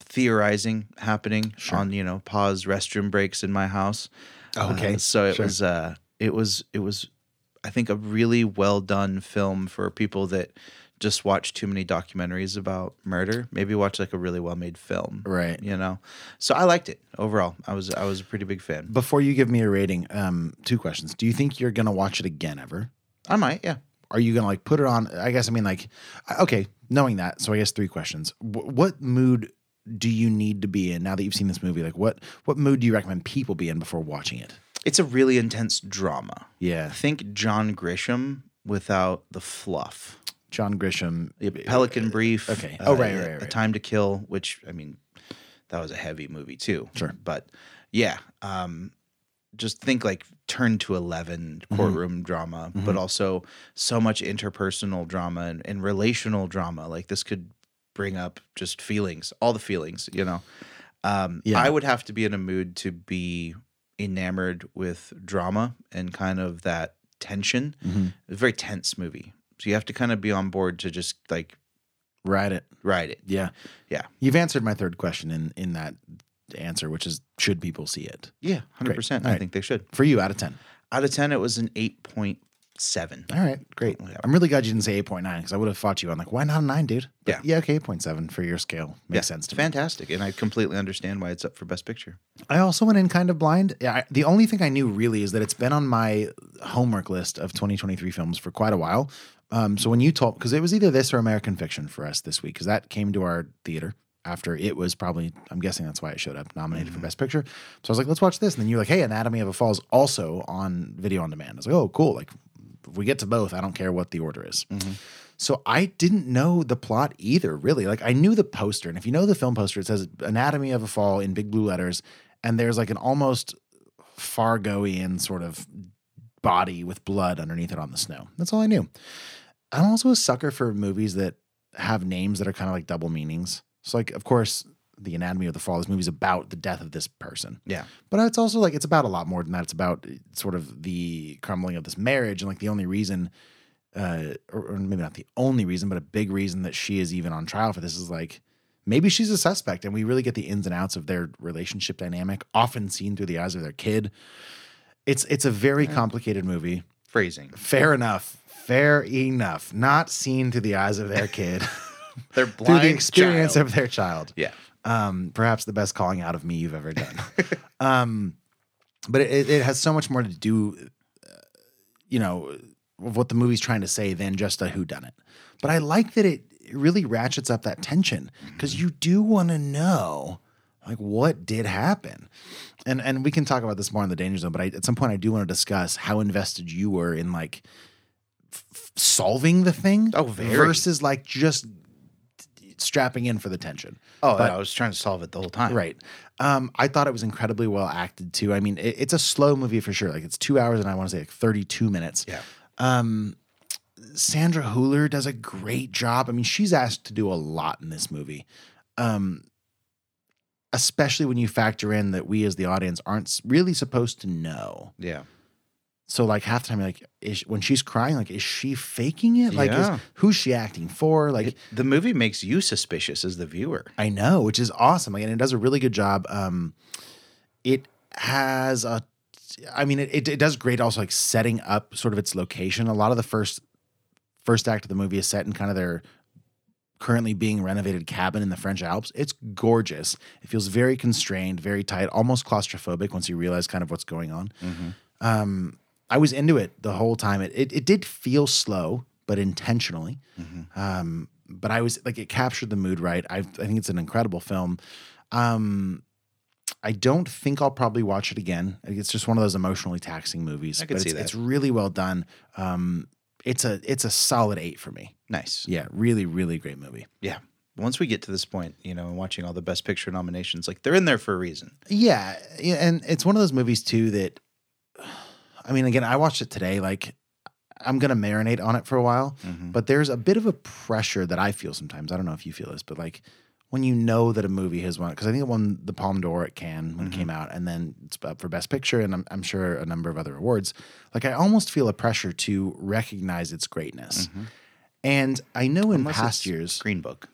Speaker 1: theorizing happening on you know pause restroom breaks in my house.
Speaker 2: Oh, okay.
Speaker 1: Uh, so it
Speaker 2: Sure.
Speaker 1: was uh, it was it was I think a really well done film for people that just watch too many documentaries about murder. Maybe watch like a really well made film,
Speaker 2: Right.
Speaker 1: You know. So I liked it overall. I was I was a pretty big fan.
Speaker 2: Before you give me a rating, um, two questions. Do you think you're gonna watch it again ever?
Speaker 1: I might, yeah.
Speaker 2: Are you gonna like put it on? I guess I mean like, I- okay, knowing that. So I guess three questions. Wh- what mood do you need to be in now that you've seen this movie? Like, what what mood do you recommend people be in before watching it?
Speaker 1: It's a really intense drama.
Speaker 2: Yeah,
Speaker 1: Think John Grisham without the fluff.
Speaker 2: John Grisham.
Speaker 1: Pelican Brief. uh,
Speaker 2: okay. Oh, right, right, right.
Speaker 1: A Time to Kill, which I mean, that was a heavy movie too.
Speaker 2: Sure.
Speaker 1: but yeah, um, just think like Turn to Eleven
Speaker 2: Mm-hmm.
Speaker 1: courtroom drama, but also so much interpersonal drama and, and relational drama. Like this could bring up just feelings, all the feelings, you know. Um,
Speaker 2: Yeah.
Speaker 1: I would have to be in a mood to be enamored with drama and kind of that tension.
Speaker 2: mm-hmm.
Speaker 1: It's a very tense movie. So you have to kind of be on board to just like
Speaker 2: Ride it.
Speaker 1: ride it.
Speaker 2: Yeah,
Speaker 1: Yeah.
Speaker 2: you've answered my third question in in that answer, which is should people see it?
Speaker 1: Yeah. 100%.
Speaker 2: Great. All
Speaker 1: I
Speaker 2: right.
Speaker 1: think they should.
Speaker 2: For you, out of ten.
Speaker 1: Out of 10, it was an 8.7.
Speaker 2: All right, great.
Speaker 1: Yeah.
Speaker 2: I'm really glad you didn't say 8.9 because I would have fought you on like, why not a nine, dude? But
Speaker 1: Yeah.
Speaker 2: yeah, okay, 8.7 for your scale makes sense to me.
Speaker 1: Fantastic. And I completely understand why it's up for Best Picture.
Speaker 2: I also went in kind of blind. Yeah, I, the only thing I knew really is that it's been on my homework list of 2023 films for quite a while. Um, so when you told, because it was either this or American Fiction for us this week, because that came to our theater after it was probably, I'm guessing that's why it showed up, nominated for Best Picture. So I was like, let's watch this. And then you were like, hey, Anatomy of a Fall is also on video on demand. I was like, oh, cool. Like, if we get to both, I don't care what the order is. So I didn't know the plot either, really. Like I knew the poster, and if you know the film poster, it says "Anatomy of a Fall" in big blue letters, and there's like an almost Fargoian sort of body with blood underneath it on the snow. That's all I knew. I'm also a sucker for movies that have names that are kind of like double meanings. So like, of course, the Anatomy of the Fall. This movie's about the death of this person.
Speaker 1: Yeah.
Speaker 2: But it's also like it's about a lot more than that. It's about uh, sort of the crumbling of this marriage and like the only reason, uh, or, or maybe not the only reason, but a big reason that she is even on trial for this is like maybe she's a suspect, and we really get the ins and outs of their relationship dynamic, often seen through the eyes of their kid. It's it's a very complicated movie.
Speaker 1: Phrasing.
Speaker 2: Fair enough. Fair enough. Not seen through the eyes of their kid,
Speaker 1: They're
Speaker 2: through
Speaker 1: blind.
Speaker 2: the experience
Speaker 1: child.
Speaker 2: of their child
Speaker 1: Yeah.
Speaker 2: um, perhaps the best calling out of me you've ever done. um, but it, it has so much more to do, uh, you know, of what the movie's trying to say than just a whodunit. But I like that it it really ratchets up that tension because you do want to know, like, what did happen. And and we can talk about this more in the danger zone. But I, at some point, I do want to discuss how invested you were in like f- f- solving the thing
Speaker 1: Oh, very.
Speaker 2: versus like just strapping in for the tension.
Speaker 1: Oh,
Speaker 2: But-
Speaker 1: no, I was trying to solve it the whole time.
Speaker 2: Right. Um, I thought it was incredibly well acted too. I mean, it, it's a slow movie for sure. Like it's two hours and I want to say like 32 minutes. Um,
Speaker 1: Yeah.
Speaker 2: Sandra Huller does a great job. I mean, she's asked to do a lot in this movie. Um, especially when you factor in that we as the audience aren't s- really supposed to know.
Speaker 1: Yeah.
Speaker 2: So like half the time, you're like is, when she's crying, like is she faking it? Like
Speaker 1: Yeah.
Speaker 2: is, who's she acting for? Like
Speaker 1: the movie makes you suspicious as the viewer.
Speaker 2: I know, which is awesome. Like, and it does a really good job. Um, it has a, I mean, it, it, it does great also like setting up sort of its location. A lot of the first first act of the movie is set in kind of their currently being renovated cabin in the French Alps. It's gorgeous. It feels very constrained, very tight, almost claustrophobic once you realize kind of what's going on.
Speaker 1: Mm-hmm.
Speaker 2: Um, I was into it the whole time. It it, it did feel slow, but intentionally.
Speaker 1: Mm-hmm.
Speaker 2: Um, but I was like, it captured the mood right. I I think it's an incredible film. Um, I don't think I'll probably watch it again. Like, It's just one of those emotionally taxing movies.
Speaker 1: I could
Speaker 2: but
Speaker 1: see
Speaker 2: it's,
Speaker 1: that.
Speaker 2: It's really well done. Um, it's a it's a solid eight for me.
Speaker 1: Nice.
Speaker 2: Yeah, really, really great movie.
Speaker 1: Yeah. Once we get to this point, you know, and watching all the Best Picture nominations, like they're in there for a reason.
Speaker 2: Yeah, yeah, and it's one of those movies too that, I mean, again, I watched it today. Like, I'm gonna marinate on it for a while,
Speaker 1: Mm-hmm.
Speaker 2: but there's a bit of a pressure that I feel sometimes. I don't know if you feel this, but like when you know that a movie has won, because I think it won the Palme d'Or at Cannes
Speaker 1: Mm-hmm.
Speaker 2: when it came out, and then it's up for Best Picture, and I'm, I'm sure a number of other awards. Like, I almost feel a pressure to recognize its greatness.
Speaker 1: Mm-hmm.
Speaker 2: And I know in
Speaker 1: Mm. Unless
Speaker 2: past
Speaker 1: it's
Speaker 2: years,
Speaker 1: Green Book.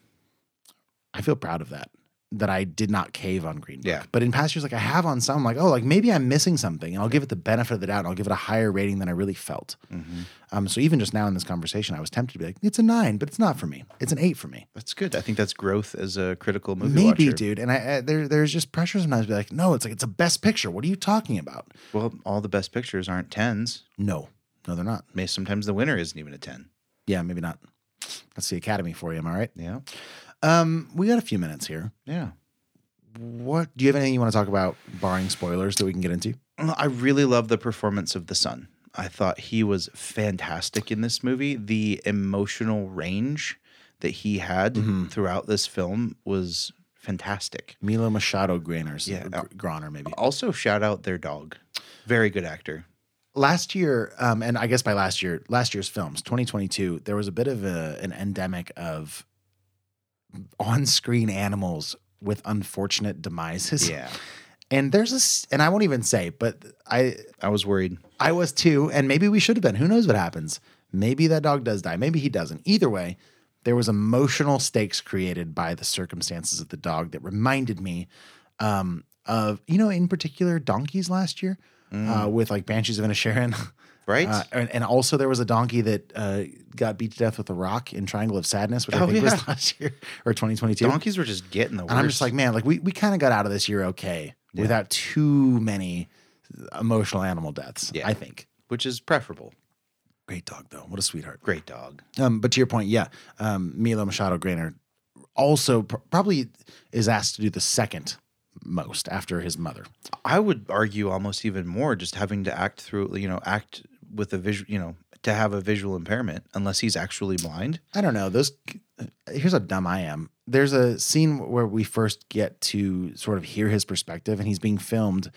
Speaker 2: I feel proud of that. That I did not cave on Green Book.
Speaker 1: Yeah.
Speaker 2: But in past years, like I have on some, like, oh, like maybe I'm missing something and I'll give it the benefit of the doubt and I'll give it a higher rating than I really felt.
Speaker 1: Mm-hmm.
Speaker 2: Um, so even just now in this conversation, I was tempted to be like, it's a nine, but it's not for me. It's an eight for me.
Speaker 1: That's good. I think that's growth as a critical movie
Speaker 2: Maybe,
Speaker 1: watcher.
Speaker 2: dude. And I, I there, there's just pressure sometimes to be like, no, it's like, it's a best picture. What are you talking about?
Speaker 1: Well, all the Best Pictures aren't tens.
Speaker 2: No, no, they're not.
Speaker 1: May sometimes the winner isn't even a ten.
Speaker 2: Yeah, maybe not. That's the Academy for you. Am I right?
Speaker 1: Yeah.
Speaker 2: Um, we got a few minutes here.
Speaker 1: Yeah.
Speaker 2: What do you have anything you want to talk about, barring spoilers, that we can get into?
Speaker 1: Well, I really love the performance of the son. I thought he was fantastic in this movie. The emotional range that he had
Speaker 2: Mm-hmm.
Speaker 1: throughout this film was fantastic.
Speaker 2: Milo Machado Graner's
Speaker 1: Yeah. oh.
Speaker 2: Gr- Graner maybe.
Speaker 1: Also, shout out their dog. Very good actor.
Speaker 2: Last year, um, and I guess by last year, last year's films, 2022, there was a bit of a, an endemic of on-screen animals with unfortunate demises.
Speaker 1: Yeah.
Speaker 2: And there's a, s- and I won't even say, but I,
Speaker 1: I was worried.
Speaker 2: I was too, and maybe we should have been. Who knows what happens? Maybe that dog does die. Maybe he doesn't. Either way, there was emotional stakes created by the circumstances of the dog that reminded me um, of you know, in particular, donkeys last year uh, with like Banshees of Inisherin.
Speaker 1: Mm. Right?
Speaker 2: Uh, and, and also, there was a donkey that uh, got beat to death with a rock in Triangle of Sadness, which I
Speaker 1: Oh,
Speaker 2: think
Speaker 1: yeah.
Speaker 2: was last year or 2022.
Speaker 1: Donkeys were just getting the worst.
Speaker 2: And I'm just like, man, like we, we kind of got out of this year okay without too many emotional animal deaths,
Speaker 1: Yeah.
Speaker 2: I think.
Speaker 1: which is preferable.
Speaker 2: Great dog though. What a sweetheart.
Speaker 1: Great dog.
Speaker 2: Um, but to your point, yeah, um, Milo Machado Graner also pr- probably is asked to do the second most after his mother.
Speaker 1: I would argue almost even more just having to act through, you know, act with a visual, you know, to have a visual impairment unless he's actually blind.
Speaker 2: I don't know. Those here's how dumb I am. There's a scene where we first get to sort of hear his perspective, and he's being filmed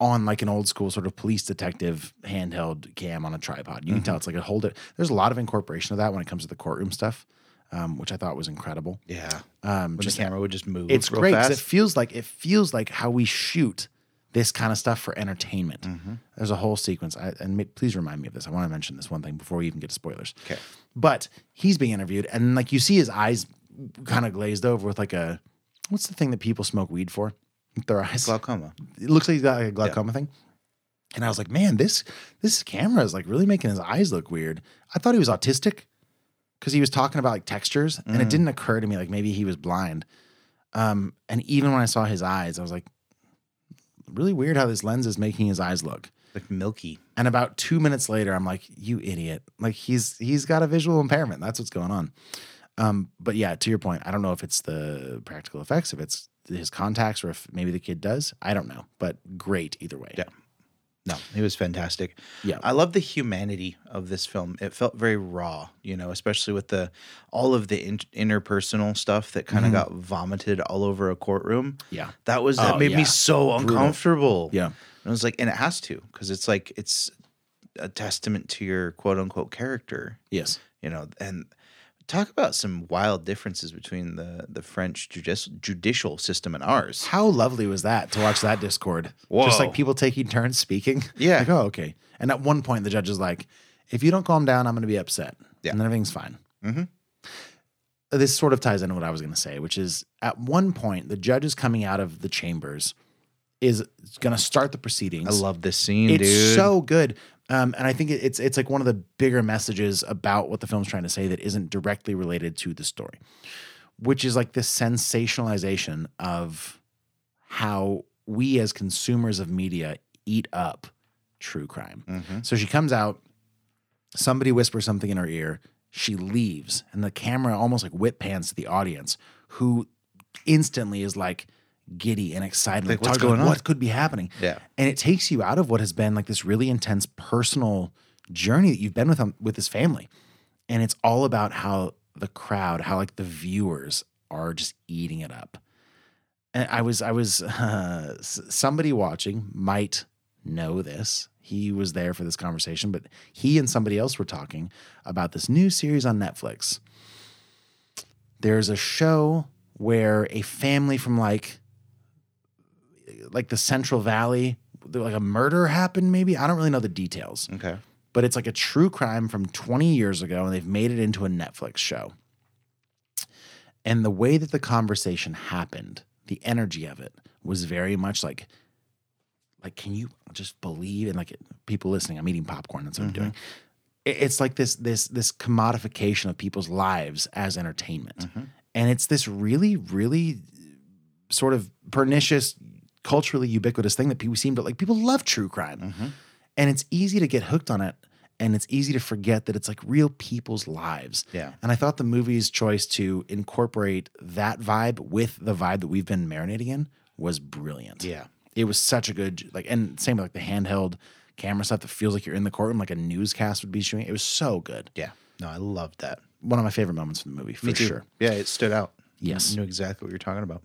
Speaker 2: on like an old school sort of police detective handheld cam on a tripod. You can
Speaker 1: Mm-hmm.
Speaker 2: tell it's like a hold it. There's a lot of incorporation of that when it comes to the courtroom stuff, um, which I thought was incredible.
Speaker 1: Yeah.
Speaker 2: Um,
Speaker 1: When
Speaker 2: just
Speaker 1: the camera would just move.
Speaker 2: it's
Speaker 1: real
Speaker 2: great 'cause
Speaker 1: Fast.
Speaker 2: it feels like it feels like how we shoot this kind of stuff for entertainment.
Speaker 1: Mm. Mm-hmm.
Speaker 2: There's a whole sequence, I, and ma- please remind me of this. I want to mention this one thing before we even get to spoilers.
Speaker 1: Okay.
Speaker 2: but he's being interviewed, and like you see his eyes kind of glazed over with like a what's the thing that people smoke weed for? Their eyes
Speaker 1: Glaucoma.
Speaker 2: it looks like he's got like a glaucoma thing. And I was like, man, this this camera is like really making his eyes look weird. I thought he was autistic because he was talking about like textures, and it didn't occur to me like maybe he was blind. Um, and even when I saw his eyes, I was like, really weird how this lens is making his eyes look.
Speaker 1: Like milky.
Speaker 2: And about two minutes later, I'm like, you idiot! Like he's he's got a visual impairment. That's what's going on. Um, but yeah, to your point, I don't know if it's the practical effects, if it's his contacts, or if maybe the kid does. I don't know, but great either way.
Speaker 1: Yeah. No, he was fantastic.
Speaker 2: Yeah.
Speaker 1: I love the humanity of this film. It felt very raw, you know, especially with the all of the in, interpersonal stuff that
Speaker 2: Mm-hmm.
Speaker 1: kind of got vomited all over a courtroom.
Speaker 2: Yeah.
Speaker 1: That was that
Speaker 2: Oh,
Speaker 1: made
Speaker 2: yeah.
Speaker 1: me so uncomfortable.
Speaker 2: Yeah.
Speaker 1: And I was like, and it has to, because it's like it's a testament to your quote unquote character.
Speaker 2: Yes.
Speaker 1: You know, and talk about some wild differences between the the French judicial judicial system and ours.
Speaker 2: How lovely was that to watch that Discord? Just
Speaker 1: Whoa.
Speaker 2: like people taking turns speaking.
Speaker 1: Yeah.
Speaker 2: Like, oh, okay. And at one point, the judge is like, if you don't calm down, I'm going to be upset.
Speaker 1: Yeah.
Speaker 2: And then everything's fine.
Speaker 1: Mhm.
Speaker 2: This sort of ties into what I was going to say, which is at one point, the judge is coming out of the chambers, is going to start the proceedings.
Speaker 1: I love this scene,
Speaker 2: It's
Speaker 1: dude.
Speaker 2: so good. Um, and I think it- it's it's like one of the bigger messages about what the film's trying to say that isn't directly related to the story, which is like this sensationalization of how we as consumers of media eat up true crime.
Speaker 1: Mhm.
Speaker 2: So she comes out, somebody whispers something in her ear, she leaves, and the camera almost like whip pans to the audience, who instantly is like giddy and excited.
Speaker 1: Like,
Speaker 2: Like,
Speaker 1: what's
Speaker 2: talking about
Speaker 1: going on?
Speaker 2: What could be happening?
Speaker 1: Yeah.
Speaker 2: and it takes you out of what has been like this really intense personal journey that you've been with him with his family and it's all about how the crowd how like the viewers are just eating it up and i was i was uh, s- somebody watching might know this he was there for this conversation but he and somebody else were talking about this new series on netflix there's a show where a family from like like the Central Valley, like a murder happened maybe. I don't really know the details,
Speaker 1: Okay.
Speaker 2: but it's like a true crime from 20 years ago and they've made it into a Netflix show. And the way that the conversation happened, the energy of it was very much like like can you just believe and like people listening, I'm eating popcorn that's what I'm doing. It- It's like this this this commodification of people's lives as entertainment. And it's this really really sort of pernicious, culturally ubiquitous thing that people seem to like. People love true crime,
Speaker 1: Mm-hmm.
Speaker 2: and it's easy to get hooked on it, and it's easy to forget that it's like real people's lives.
Speaker 1: Yeah.
Speaker 2: And I thought the movie's choice to incorporate that vibe with the vibe that we've been marinating in was brilliant.
Speaker 1: Yeah.
Speaker 2: It was such a good like, and same with like the handheld camera stuff that feels like you're in the courtroom, like a newscast would be shooting. It was so good.
Speaker 1: Yeah. No, I love that.
Speaker 2: One of my favorite moments from the movie for
Speaker 1: Me too.
Speaker 2: sure.
Speaker 1: Yeah, it stood out.
Speaker 2: Yes.
Speaker 1: knew exactly what you're talking about.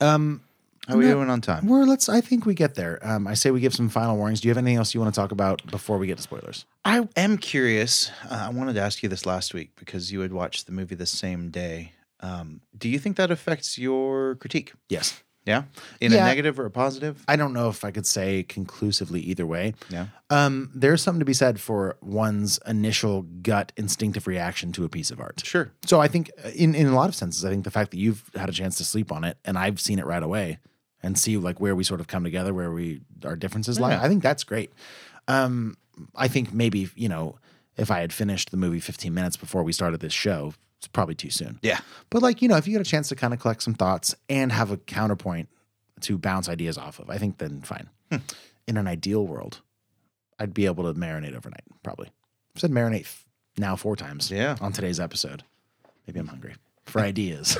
Speaker 2: Um,
Speaker 1: How are we
Speaker 2: No.
Speaker 1: doing on time?
Speaker 2: Well, let's. I think we get there. Um, I say we give some final warnings. Do you have anything else you want to talk about before we get to spoilers?
Speaker 1: I am curious. Uh, I wanted to ask you this last week because you had watched the movie the same day. Um, do you think that affects your critique?
Speaker 2: Yes.
Speaker 1: Yeah, in a
Speaker 2: Yeah.
Speaker 1: negative or a positive?
Speaker 2: I don't know if I could say conclusively either way.
Speaker 1: Yeah.
Speaker 2: Um, there's something to be said for one's initial gut instinctive reaction to a piece of art.
Speaker 1: Sure.
Speaker 2: So I think, uh, in in a lot of senses, I think the fact that you've had a chance to sleep on it and I've seen it right away and see like where we sort of come together, where we our differences lie.
Speaker 1: Yeah.
Speaker 2: I think that's great. Um, I think maybe you know if I had finished the movie 15 minutes before we started this show, it's probably too soon.
Speaker 1: Yeah.
Speaker 2: But like you know, if you get a chance to kind of collect some thoughts and have a counterpoint to bounce ideas off of, I think then fine. In an ideal world, I'd be able to marinate overnight. Probably I've said marinate f- now four times.
Speaker 1: Yeah.
Speaker 2: On today's episode, maybe I'm hungry for ideas.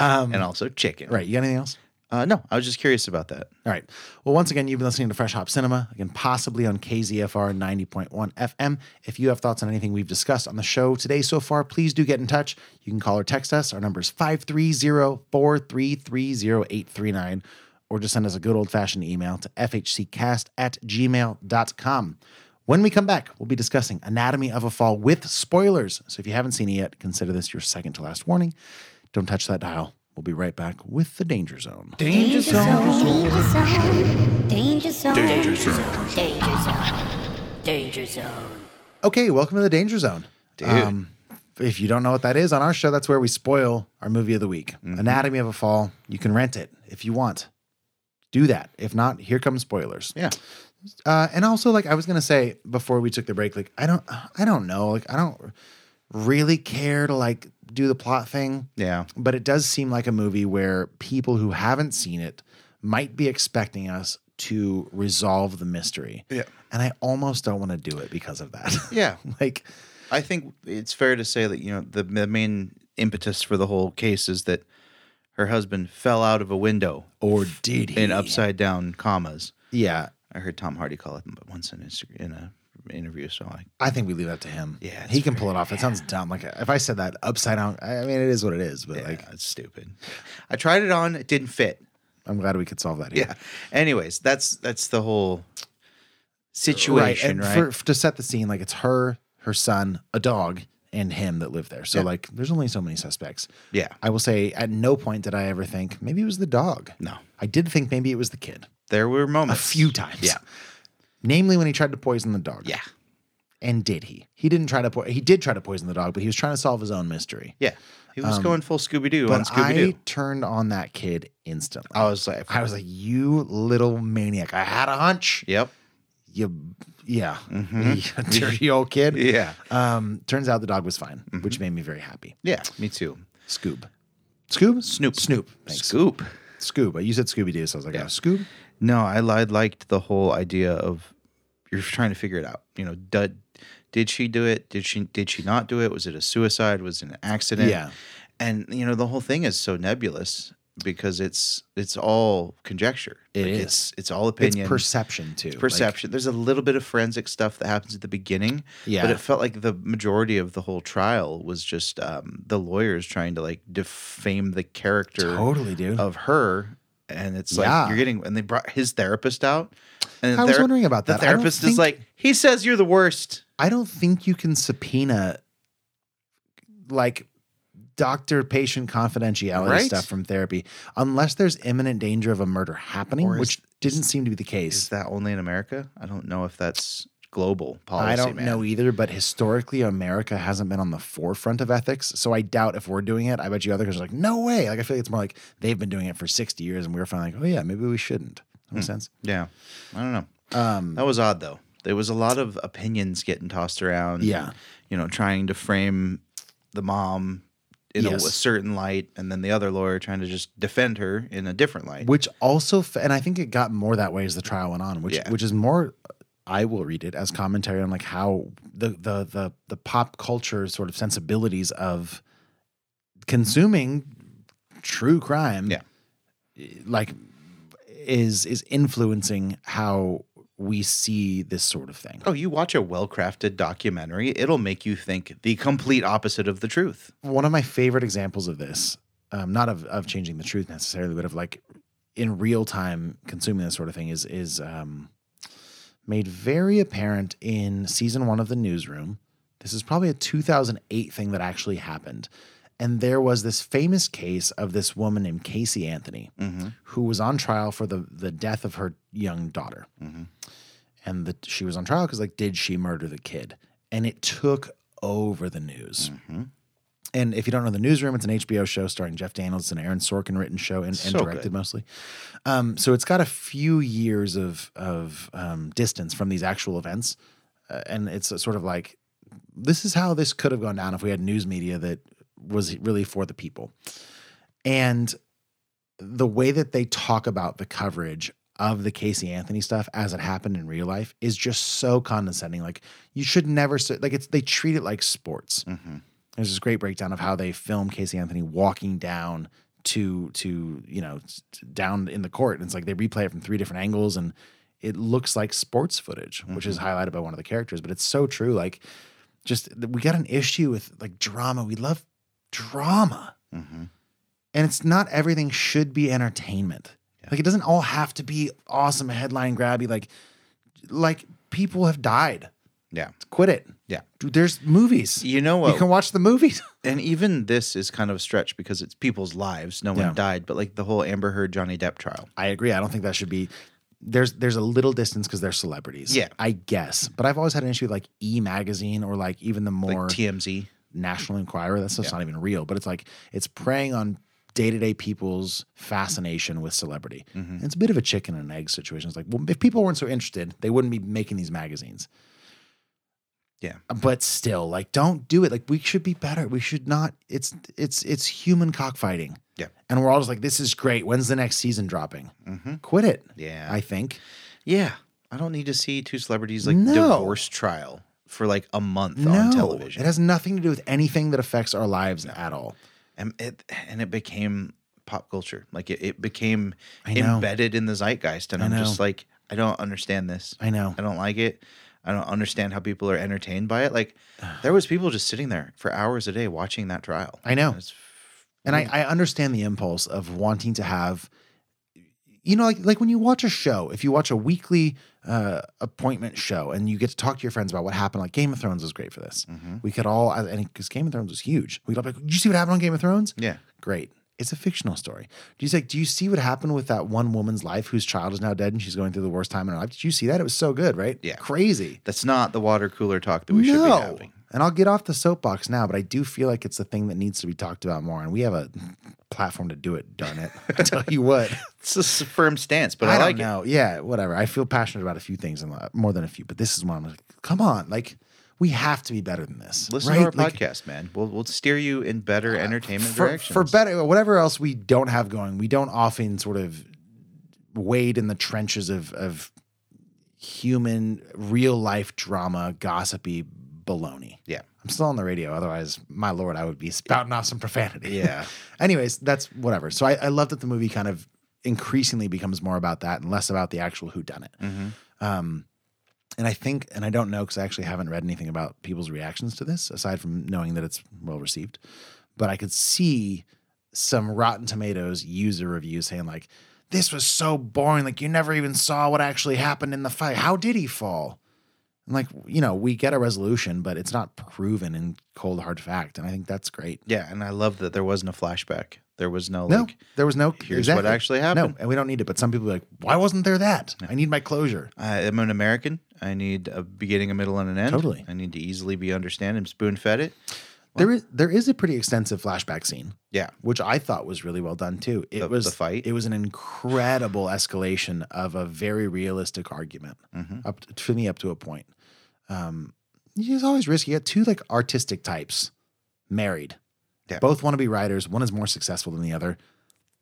Speaker 2: um,
Speaker 1: And also chicken.
Speaker 2: right. You got anything else?
Speaker 1: Uh, no, I was just curious about that.
Speaker 2: All right. Well, once again, you've been listening to Fresh Hop Cinema, again, possibly on KZFR 90.1 FM. If you have thoughts on anything we've discussed on the show today so far, please do get in touch. You can call or text us. Our number is 530 433 0839, or just send us a good old fashioned email to fhccast at gmail.com. When we come back, we'll be discussing Anatomy of a Fall with spoilers. So if you haven't seen it yet, consider this your second to last warning. Don't touch that dial. We'll be right back with the Danger Zone.
Speaker 7: Danger zone. Danger zone. Danger zone. Danger zone. Danger zone.
Speaker 2: Okay, welcome to the Danger Zone. Um,
Speaker 1: Dude.
Speaker 2: if you don't know what that is, on our show, that's where we spoil our movie of the week
Speaker 1: Mm-hmm.
Speaker 2: Anatomy of a Fall. You can rent it if you want. Do that. If not, here come spoilers.
Speaker 1: Yeah.
Speaker 2: Uh, and also, like I was gonna say before we took the break, like I don't, I don't know, like I don't really care to like do the plot thing
Speaker 1: Yeah.
Speaker 2: but it does seem like a movie where people who haven't seen it might be expecting us to resolve the mystery.
Speaker 1: Yeah.
Speaker 2: And I almost don't want to do it because of that.
Speaker 1: Yeah.
Speaker 2: like,
Speaker 1: I think it's fair to say that you know the, the main impetus for the whole case is that her husband fell out of a window
Speaker 2: or did he?
Speaker 1: in upside down commas.
Speaker 2: Yeah.
Speaker 1: I heard Tom Hardy call it once in Insta- in a interview, so I
Speaker 2: I think we leave that to him.
Speaker 1: Yeah,
Speaker 2: He
Speaker 1: it's
Speaker 2: can pull it off. It sounds dumb. Like, if I said that upside down, I I mean, it is what it is, but
Speaker 1: like
Speaker 2: like,
Speaker 1: it's stupid. I tried it on, it didn't fit.
Speaker 2: I'm glad we could solve that here.
Speaker 1: Yeah. Anyways, that's that's the whole situation,
Speaker 2: and
Speaker 1: right?
Speaker 2: For, to set the scene, like it's her, her son, a dog, and him that live there. So
Speaker 1: Yeah.
Speaker 2: like, there's only so many suspects.
Speaker 1: Yeah.
Speaker 2: I will say, at no point did I ever think maybe it was the dog.
Speaker 1: No.
Speaker 2: I did think maybe it was the kid
Speaker 1: There were
Speaker 2: a
Speaker 1: moments.
Speaker 2: few times.
Speaker 1: Yeah.
Speaker 2: namely when he tried to poison the dog.
Speaker 1: Yeah.
Speaker 2: And did he? He didn't try to po- he did try to poison the dog, but he was trying to solve his own mystery.
Speaker 1: Yeah. He was going full Scooby Doo on
Speaker 2: Um, But
Speaker 1: Scooby
Speaker 2: I
Speaker 1: Doo.
Speaker 2: turned on that kid instantly.
Speaker 1: I was like,
Speaker 2: I was like, "You little maniac! I had a hunch.
Speaker 1: yep.
Speaker 2: You, yeah, you dirty old kid.
Speaker 1: Mm-hmm. Yeah.
Speaker 2: Um, turns out the dog was fine,
Speaker 1: Mm-hmm.
Speaker 2: which made me very happy.
Speaker 1: Yeah. Me too.
Speaker 2: Scoob, Scoob,
Speaker 1: Snoop.
Speaker 2: Snoop, thanks.
Speaker 1: Scoop.
Speaker 2: Scoob. You said Scooby Doo, so I was like,
Speaker 1: Yeah.
Speaker 2: oh, Scoob.
Speaker 1: No, I, li- I liked the whole idea of you're trying to figure it out. You know, did, did she do it? Did she did she not do it? Was it a suicide? Was it an accident?
Speaker 2: Yeah.
Speaker 1: And you know, the whole thing is so nebulous because it's it's all conjecture.
Speaker 2: It is.
Speaker 1: It's it's all
Speaker 2: It's
Speaker 1: opinion.
Speaker 2: perception too. Like,
Speaker 1: perception. There's a little bit of forensic stuff that happens at the beginning,
Speaker 2: Yeah.
Speaker 1: but it felt like the majority of the whole trial was just um, the lawyers trying to like defame the character
Speaker 2: Totally, dude.
Speaker 1: of her. And it's like
Speaker 2: Yeah.
Speaker 1: you're getting, and they brought his therapist out. And the
Speaker 2: I was wondering about that.
Speaker 1: The
Speaker 2: I don't
Speaker 1: therapist
Speaker 2: think-
Speaker 1: is like, he says you're the worst.
Speaker 2: I don't think you can subpoena like doctor patient confidentiality
Speaker 1: Right.
Speaker 2: stuff from therapy unless there's imminent danger of a murder happening,
Speaker 1: Or is-
Speaker 2: which didn't seem to be the
Speaker 1: Is
Speaker 2: case.
Speaker 1: that only in America? I don't know if that's global policy.
Speaker 2: I don't
Speaker 1: man.
Speaker 2: know either, but historically, America hasn't been on the forefront of ethics. So I doubt if we're doing it. I bet you other countries are like, no way. Like, I feel like it's more like they've been doing it for 60 years and we were finally like, oh, yeah, maybe we shouldn't. That makes sense. Um,
Speaker 1: Yeah, I don't know. Hmm. that was odd though. There was a lot of opinions getting tossed around.
Speaker 2: Yeah.
Speaker 1: and, you know, trying to frame the mom in a,
Speaker 2: Yes.
Speaker 1: a certain light, and then the other lawyer trying to just defend her in a different light.
Speaker 2: which also f- and i think it got more that way as the trial went on which
Speaker 1: Yeah.
Speaker 2: which is more i will read it as commentary on like how the the the the pop culture sort of sensibilities of consuming true crime
Speaker 1: Yeah.
Speaker 2: like is is influencing how we see this sort of thing
Speaker 1: oh, you watch a well-crafted documentary; it'll make you think the complete opposite of the truth.
Speaker 2: one of my favorite examples of this, um, not of, of changing the truth necessarily, but of like in real time consuming this sort of thing is is um, made very apparent in season one of the newsroom. This is probably a 2008 thing that actually happened. And there was this famous case of this woman named Casey Anthony, who was on trial for the, the death of her young daughter
Speaker 1: Mm-hmm.
Speaker 2: and that she was on trial because like did she murder the kid and it took over the news
Speaker 1: Mm-hmm.
Speaker 2: and if you don't know the newsroom it's an hbo show starring jeff daniels and aaron sorkin written show and, and
Speaker 1: So
Speaker 2: directed
Speaker 1: good.
Speaker 2: mostly um, so it's got a few years of of um, distance from these actual events uh, and it's sort of like this is how this could have gone down if we had news media that was really for the people and the way that they talk about the coverage of the Casey Anthony stuff as it happened in real life is just so condescending. Like you should never say like it's they treat it like sports. There's this great breakdown of how they film Casey Anthony walking down to to you know s- down in the court, and it's like they replay it from three different angles, and it looks like sports footage, which is highlighted by one of the characters. But it's so true. Like just we got an issue with like drama. We love drama and it's not everything should be entertainment. Like it doesn't all have to be awesome headline grabby. Like, like people have died.
Speaker 1: Yeah,
Speaker 2: Quit it.
Speaker 1: Yeah.
Speaker 2: Dude, there's movies.
Speaker 1: You know what-
Speaker 2: You can watch the movies.
Speaker 1: and even this is kind of a stretch because it's people's lives. No one
Speaker 2: Yeah.
Speaker 1: died, but like the whole Amber Heard Johnny Depp trial.
Speaker 2: I agree. I don't think that should be. There's there's a little distance because they're celebrities.
Speaker 1: Yeah.
Speaker 2: I guess. But I've always had an issue with like E Magazine or like even the more
Speaker 1: like TMZ.
Speaker 2: National Enquirer. That's stuff's not even real, but it's like it's preying on day to day people's fascination with celebrity.
Speaker 1: Mm-hmm.
Speaker 2: And it's a bit of a chicken and egg situation. It's like, well, if people weren't so interested, they wouldn't be making these magazines.
Speaker 1: Yeah.
Speaker 2: But still, like, don't do it. Like, we should be better. We should not. It's it's it's human cockfighting.
Speaker 1: Yeah.
Speaker 2: And we're all just like, this is great. When's the next season dropping? Quit it.
Speaker 1: Mm. Yeah.
Speaker 2: Mm-hmm. I think.
Speaker 1: Yeah. I don't need to see two celebrities like
Speaker 2: No.
Speaker 1: divorce trial for like a month on television.
Speaker 2: It has nothing to do with anything that affects our lives at all.
Speaker 1: and it and it became pop culture. Like it, it became
Speaker 2: I know.
Speaker 1: embedded in the zeitgeist. And
Speaker 2: I
Speaker 1: I'm
Speaker 2: know.
Speaker 1: just like, I don't understand this.
Speaker 2: I know.
Speaker 1: I don't like it. I don't understand how people are entertained by it. Like there was people just sitting there for hours a day watching that trial.
Speaker 2: I know.
Speaker 1: It's-
Speaker 2: And I, I understand the impulse of wanting to have, you know, like like when you watch a show, if you watch a weekly uh, appointment show and you get to talk to your friends about what happened, like Game of Thrones was great for
Speaker 1: Mm-hmm.
Speaker 2: this. We could all, and because Game of Thrones was huge, we could all be like, "Did you see what happened on Game of Thrones?"
Speaker 1: Yeah.
Speaker 2: great. It's a fictional story. She's like, do you see what happened with that one woman's life whose child is now dead and she's going through the worst time in her life? Did you see that? It was so good, right?
Speaker 1: Yeah.
Speaker 2: Crazy.
Speaker 1: That's not the water cooler talk that we should be having.
Speaker 2: And I'll get off the soapbox now, but I do feel like it's a thing that needs to be talked about more. And we have a platform to do it, darn it. I tell you what.
Speaker 1: It's a s- firm stance, but I,
Speaker 2: don't
Speaker 1: like it.
Speaker 2: know. Yeah, whatever. I feel passionate about a few things and li- more than a few, but this is one I'm like, come on, like we have to be better than this.
Speaker 1: Listen
Speaker 2: right?
Speaker 1: to our
Speaker 2: Like, Uh,
Speaker 1: podcast, man. We'll we'll steer you in better entertainment
Speaker 2: for,
Speaker 1: directions.
Speaker 2: for better whatever else we don't have going. We don't often sort of wade in the trenches of of human real life drama, gossipy baloney.
Speaker 1: Yeah.
Speaker 2: I'm still on the radio. Otherwise, my lord, I would be spouting off some profanity.
Speaker 1: Yeah.
Speaker 2: Anyways, that's whatever. So I, I love that the movie kind of increasingly becomes more about that and less about the actual who done it. Um, and I think, and I don't know because I actually haven't read anything about people's reactions to this aside from knowing that it's well received. But I could see some Rotten Tomatoes user reviews saying like, "This was so boring. Like you never even saw what actually happened in the fight. How did he fall?" And like you know, we get a resolution, but it's not proven in cold hard fact. And I think that's great.
Speaker 1: Yeah, and I love that there wasn't a flashback. There was no,
Speaker 2: No,
Speaker 1: like
Speaker 2: there was no.
Speaker 1: here's what actually happened.
Speaker 2: No, and we don't need it. But some people are like, "Why wasn't there that? I need my closure."
Speaker 1: I am an American. I need a beginning, a middle, and an end.
Speaker 2: Totally.
Speaker 1: I need to easily be understood and spoon fed it.
Speaker 2: There is there is a pretty extensive flashback scene.
Speaker 1: Yeah.
Speaker 2: which I thought was really well done too. It
Speaker 1: The-
Speaker 2: was
Speaker 1: the fight?
Speaker 2: It was an incredible escalation of a very realistic argument.
Speaker 1: Mm-hmm.
Speaker 2: Up to, to me, up to a point. Um, it's always risky. You got two like artistic types married.
Speaker 1: Yeah.
Speaker 2: Both want to be writers. One is more successful than the other.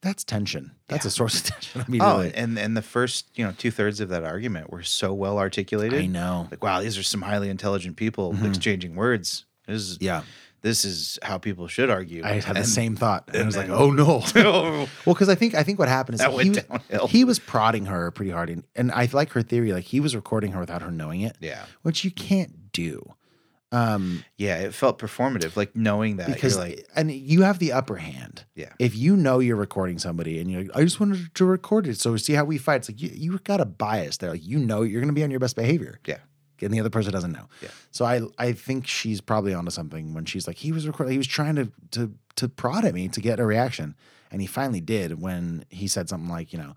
Speaker 2: That's tension. That's a source of tension
Speaker 1: Oh,
Speaker 2: immediately.
Speaker 1: and and the first you know two thirds of that argument were so well articulated.
Speaker 2: I know.
Speaker 1: Like wow, these are some highly intelligent people exchanging words. This is
Speaker 2: Yeah.
Speaker 1: This is how people should argue.
Speaker 2: I had the
Speaker 1: And-
Speaker 2: same thought. And, I was like,
Speaker 1: then-
Speaker 2: oh no.
Speaker 1: Oh,
Speaker 2: Well, because I think I think what happened is
Speaker 1: That
Speaker 2: he,
Speaker 1: went
Speaker 2: was-
Speaker 1: downhill.
Speaker 2: he was prodding her pretty hard, and, and I like her theory. Like he was recording her without her knowing it.
Speaker 1: Yeah.
Speaker 2: which you can't do Um,
Speaker 1: yeah, it felt performative. Like knowing that
Speaker 2: because
Speaker 1: you're like
Speaker 2: and you have the upper hand.
Speaker 1: Yeah.
Speaker 2: if you know you're recording somebody, and you're like, I just wanted to record it, so see how we fight. It's like you, you got a bias there. Like you know you're going to be on your best behavior.
Speaker 1: yeah,
Speaker 2: and the other person doesn't know.
Speaker 1: Yeah.
Speaker 2: So I I think she's probably onto something when she's like, he was recording, he was trying to to to prod at me to get a reaction, and he finally did when he said something like, you know,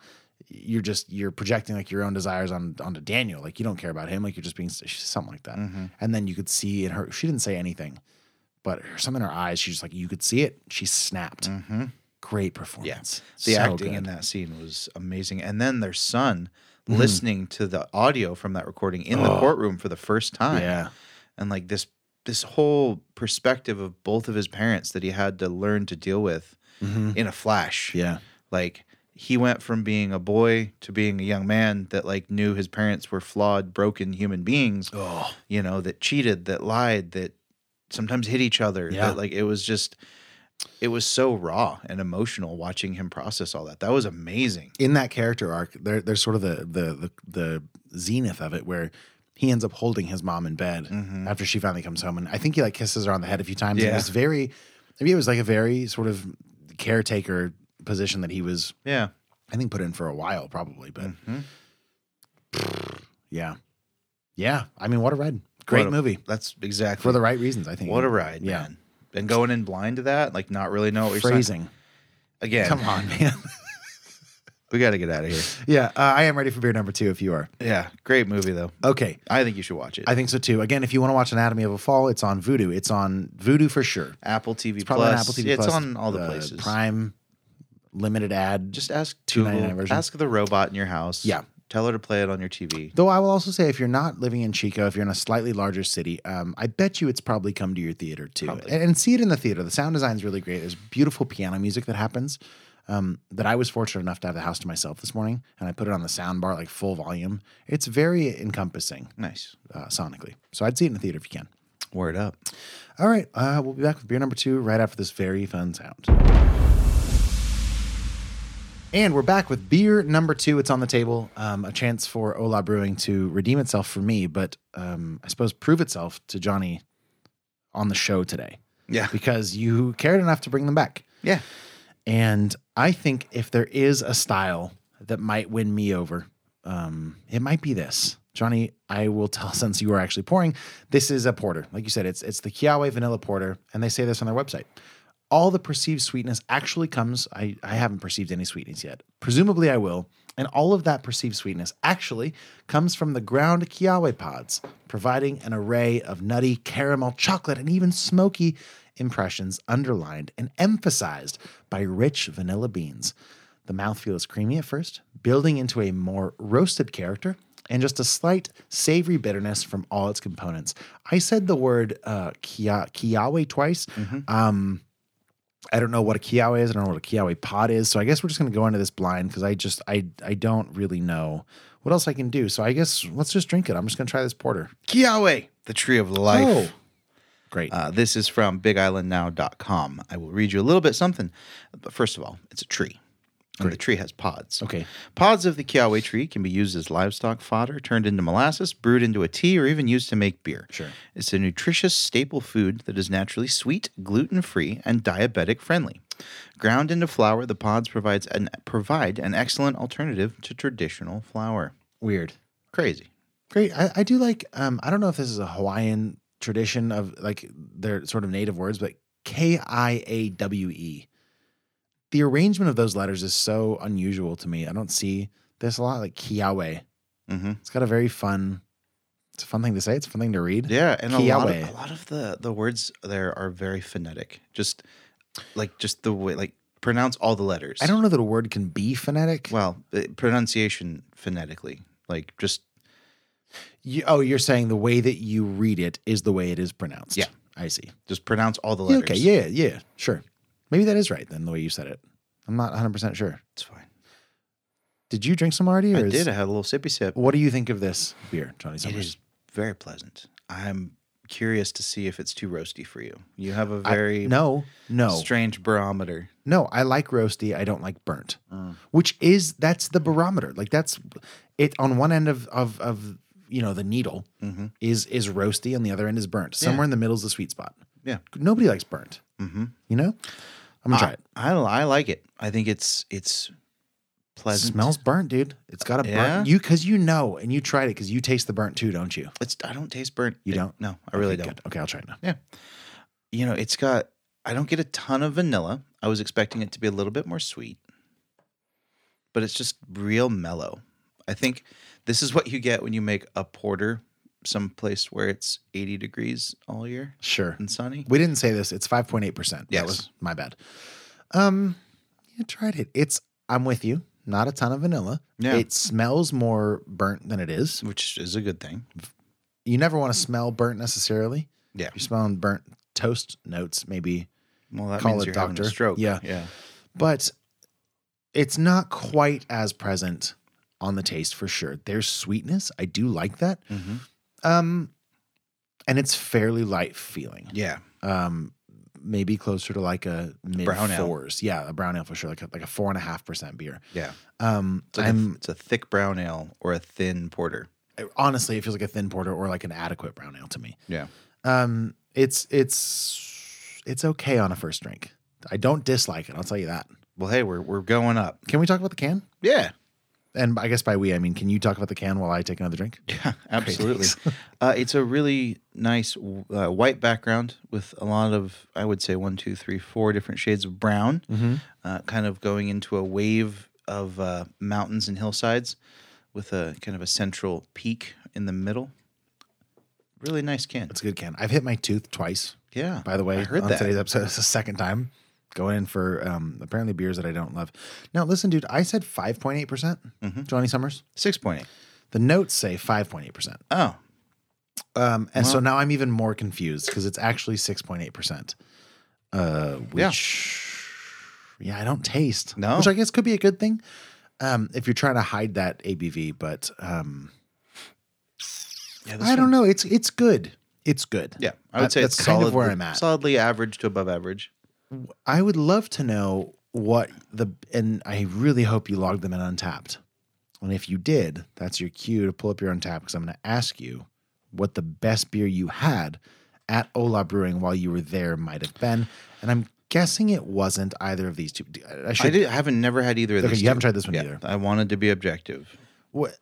Speaker 2: you're just you're projecting like your own desires on onto Daniel, like you don't care about him, like you're just being something
Speaker 1: Mm-hmm.
Speaker 2: like that. And then you could see in her, she didn't say anything, but her, something in her eyes, she's like, you could see it. She snapped.
Speaker 1: mm-hmm.
Speaker 2: Great
Speaker 1: Mm. yeah.
Speaker 2: performance.
Speaker 1: The
Speaker 2: So
Speaker 1: acting in
Speaker 2: good. Mm-hmm.
Speaker 1: that scene was amazing, and then their son listening to the audio from that recording in the courtroom for the first time.
Speaker 2: Oh. Yeah.
Speaker 1: and like this this whole perspective of both of his parents that he had to learn to deal with in a flash.
Speaker 2: Mm-hmm. Yeah.
Speaker 1: Like he went from being a boy to being a young man that like knew his parents were flawed, broken human beings.
Speaker 2: Oh.
Speaker 1: You know, that cheated, that lied, that sometimes hit each other.
Speaker 2: Yeah.
Speaker 1: That like it was just it was so raw and emotional watching him process all that. That was amazing.
Speaker 2: in that character arc, there, there's sort of the, the the the zenith of it where he ends up holding his mom in bed after she finally comes home, and I think he like kisses her on the head a few times. And
Speaker 1: Mm-hmm. Yeah.
Speaker 2: it was very, maybe it was like a very sort of caretaker position that he was,
Speaker 1: Yeah.
Speaker 2: I think, put in for a while probably,
Speaker 1: Mm.
Speaker 2: but yeah, yeah. I mean, what a ride! Great
Speaker 1: What a-
Speaker 2: movie
Speaker 1: That's exactly
Speaker 2: for the right reasons, I think.
Speaker 1: what a ride,
Speaker 2: Yeah,
Speaker 1: man. And going in blind to that, like not really know what you're saying.
Speaker 2: phrasing.
Speaker 1: Again,
Speaker 2: Come on, man.
Speaker 1: we got to get out of here.
Speaker 2: yeah, uh, I am ready for beer number two if you are.
Speaker 1: Yeah, great movie though.
Speaker 2: Okay.
Speaker 1: I think you should watch it.
Speaker 2: I think so too. Again, if you want to watch Anatomy of a Fall, it's on Voodoo. It's on Voodoo for sure.
Speaker 1: Apple TV
Speaker 2: It's probably
Speaker 1: Plus.
Speaker 2: on Apple TV.
Speaker 1: It's
Speaker 2: Plus,
Speaker 1: on all the
Speaker 2: uh,
Speaker 1: places.
Speaker 2: Prime, limited ad. Just
Speaker 1: Just ask
Speaker 2: $2.99
Speaker 1: Google.
Speaker 2: version.
Speaker 1: Ask the robot in your house.
Speaker 2: Yeah.
Speaker 1: Tell her to play it on your TV.
Speaker 2: though, I will also say if you're not living in Chico, if you're in a slightly larger city, um, I bet you it's probably come to your theater too,
Speaker 1: Probably.
Speaker 2: and, and see it in the theater. The sound design's really great. There's beautiful piano music that happens. Um, that I was fortunate enough to have the house to myself this morning, and I put it on the sound bar like full volume. It's very encompassing
Speaker 1: Nice.
Speaker 2: uh, sonically, so I'd see it in the theater if you can.
Speaker 1: Word up.
Speaker 2: All right, uh, we'll be back with beer number two right after this very fun sound. And we're back with beer number two. It's on the table. Um, a chance for Ola Brewing to redeem itself for me, but um, I suppose prove itself to Johnny on the show today
Speaker 1: Yeah.
Speaker 2: because you cared enough to bring them back.
Speaker 1: Yeah.
Speaker 2: And I think if there is a style that might win me over, um, it might be this. Johnny, I will tell since you are actually pouring, this is a porter. Like you said, it's it's the Kiawe vanilla porter, and they say this on their website. all the perceived sweetness actually comes. I, I haven't perceived any sweetness yet. Presumably, I will. And all of that perceived sweetness actually comes from the ground kiawe pods, providing an array of nutty, caramel, chocolate, and even smoky impressions underlined and emphasized by rich vanilla beans. The mouthfeel is creamy at first, building into a more roasted character and just a slight savory bitterness from all its components. I said the word uh, kia- kiawe twice. Um, I don't know what a kiawe is. I don't know what a kiawe pod is. So I guess we're just going to go into this blind because I just I I don't really know what else I can do. So I guess let's just drink it. I'm just going to try this porter.
Speaker 1: Kiawe, the tree of life.
Speaker 2: Oh. Great.
Speaker 1: Uh, this is from bigislandnow.com. I will read you a little bit something. But first of all, it's a tree. And the tree has pods.
Speaker 2: Okay.
Speaker 1: Pods of the kiawe tree can be used as livestock fodder, turned into molasses, brewed into a tea, or even used to make beer.
Speaker 2: Sure.
Speaker 1: It's a nutritious staple food that is naturally sweet, gluten free, and diabetic friendly. Ground into flour, the pods provides an, provide an excellent alternative to traditional flour.
Speaker 2: Weird.
Speaker 1: Crazy.
Speaker 2: Great. I, I do like. Um, I don't know if this is a Hawaiian tradition of like their sort of native words, but K I A W E. The arrangement of those letters is so unusual to me. I don't see this a lot. Like Kiawe.
Speaker 1: Mm-hmm.
Speaker 2: It's got a very fun. It's a fun thing to say. It's a fun thing to read.
Speaker 1: Yeah, and a lot, of,
Speaker 2: Kiawe.
Speaker 1: a lot of the the words there are very phonetic. Just like just the way like pronounce all the letters.
Speaker 2: I don't know that a word can be phonetic.
Speaker 1: well uh, pronunciation phonetically. Like just
Speaker 2: You- oh, you're saying the way that you read it is the way it is pronounced.
Speaker 1: Yeah.
Speaker 2: I see.
Speaker 1: just pronounce all the
Speaker 2: Yeah,
Speaker 1: letters.
Speaker 2: okay. Yeah. Yeah. Sure. Maybe that is right then, the way you said it. I'm not 100% sure.
Speaker 1: it's fine.
Speaker 2: Did you drink some already? Or
Speaker 1: I
Speaker 2: is-
Speaker 1: did. I had a little sippy sip.
Speaker 2: What do you think of this beer, Johnny
Speaker 1: It
Speaker 2: Summers?
Speaker 1: is very pleasant. I'm curious to see if it's too roasty for you. You have a very
Speaker 2: no, no,
Speaker 1: strange barometer.
Speaker 2: no. I like roasty. I don't like burnt,
Speaker 1: Mm.
Speaker 2: which is that's the barometer. Like that's it on one end of of of you know the needle
Speaker 1: Mm-hmm,
Speaker 2: is is roasty, on the other end is burnt. Somewhere in the middle is the sweet spot.
Speaker 1: Yeah.
Speaker 2: Nobody likes burnt. You know, I'm gonna try it.
Speaker 1: mm-hmm. I I like it. I think it's it's
Speaker 2: It
Speaker 1: pleasant.
Speaker 2: smells burnt, dude. It's got a
Speaker 1: Yeah?
Speaker 2: burnt. You because you know, and you tried it because you taste the burnt too, don't you?
Speaker 1: It's I don't taste burnt.
Speaker 2: You
Speaker 1: It-
Speaker 2: don't?
Speaker 1: No, I really
Speaker 2: Okay,
Speaker 1: don't.
Speaker 2: good. Okay, I'll try it now.
Speaker 1: You know, it's got I don't get a ton of vanilla. I was expecting it to be a little bit more sweet. But it's just real mellow. I think this is what you get when you make a porter someplace where it's 80 degrees all year
Speaker 2: Sure.
Speaker 1: and sunny.
Speaker 2: We didn't say this. It's 5.8%.
Speaker 1: Mm. Yes.
Speaker 2: That was my bad. Um, you tried it. It's, I'm with you. Not a ton of vanilla.
Speaker 1: Yeah.
Speaker 2: It smells more burnt than it is.
Speaker 1: Which is a good thing.
Speaker 2: You never want to smell burnt necessarily.
Speaker 1: Yeah.
Speaker 2: You're smelling burnt toast notes, maybe,
Speaker 1: Well, that
Speaker 2: Call
Speaker 1: means
Speaker 2: a
Speaker 1: you're having a
Speaker 2: doctor.
Speaker 1: stroke.
Speaker 2: Yeah.
Speaker 1: yeah.
Speaker 2: but it's not quite as present on the taste for sure. There's sweetness. I do like that.
Speaker 1: Mhm.
Speaker 2: Um, and it's fairly light feeling.
Speaker 1: Yeah.
Speaker 2: um, maybe closer to like a mid
Speaker 1: Brown ale.
Speaker 2: fours. Yeah, a brown ale for sure, like a, like a four and a half percent beer.
Speaker 1: Yeah.
Speaker 2: Um,
Speaker 1: It's, like a,
Speaker 2: I'm uh,
Speaker 1: it's a thick brown ale or a thin porter.
Speaker 2: honestly, it feels like a thin porter or like an adequate brown ale to me.
Speaker 1: Yeah.
Speaker 2: Um, it's it's it's okay on a first drink. I don't dislike it. I'll tell you that.
Speaker 1: Well, hey, we're we're going up.
Speaker 2: Can we talk about the can?
Speaker 1: Yeah.
Speaker 2: And I guess by we, I mean, can you talk about the can while I take another drink?
Speaker 1: Yeah, absolutely. uh, it's a really nice uh, white background with a lot of, I would say, one, two, three, four different shades of brown,
Speaker 2: Mm-hmm.
Speaker 1: uh, kind of going into a wave of uh, mountains and hillsides with a kind of a central peak in the middle. Really nice can.
Speaker 2: It's a good can. I've hit my tooth twice.
Speaker 1: yeah.
Speaker 2: by the way,
Speaker 1: I heard
Speaker 2: on
Speaker 1: that.
Speaker 2: today's episode. It's the second time going in for um, apparently beers that I don't love. Now, listen, dude, I said 5.8%. percent
Speaker 1: Mm-hmm.
Speaker 2: Johnny Summers.
Speaker 1: 6.8.
Speaker 2: The notes say 5.8%.
Speaker 1: Oh,
Speaker 2: Um, and so now I'm even more confused because it's actually 6.8%. Uh, which, yeah. I don't taste.
Speaker 1: No.
Speaker 2: Which I guess could be a good thing um, if you're trying to hide that ABV. But um,
Speaker 1: yeah.
Speaker 2: I don't know. It's it's good. It's good.
Speaker 1: Yeah, I would
Speaker 2: That-
Speaker 1: say
Speaker 2: that's
Speaker 1: it's
Speaker 2: kind of
Speaker 1: solidly-
Speaker 2: where I'm at.
Speaker 1: Solidly average to above average.
Speaker 2: I would love to know what the and I really hope you logged them in Untapped. And if you did, that's your cue to pull up your Untapped because I'm going to ask you what the best beer you had at Ola Brewing while you were there might have been. And I'm guessing it wasn't either of these two. I should.
Speaker 1: I, did, I haven't never had either of
Speaker 2: Okay,
Speaker 1: these.
Speaker 2: you haven't
Speaker 1: two.
Speaker 2: tried this one
Speaker 1: Yeah,
Speaker 2: either.
Speaker 1: I wanted to be objective.
Speaker 2: What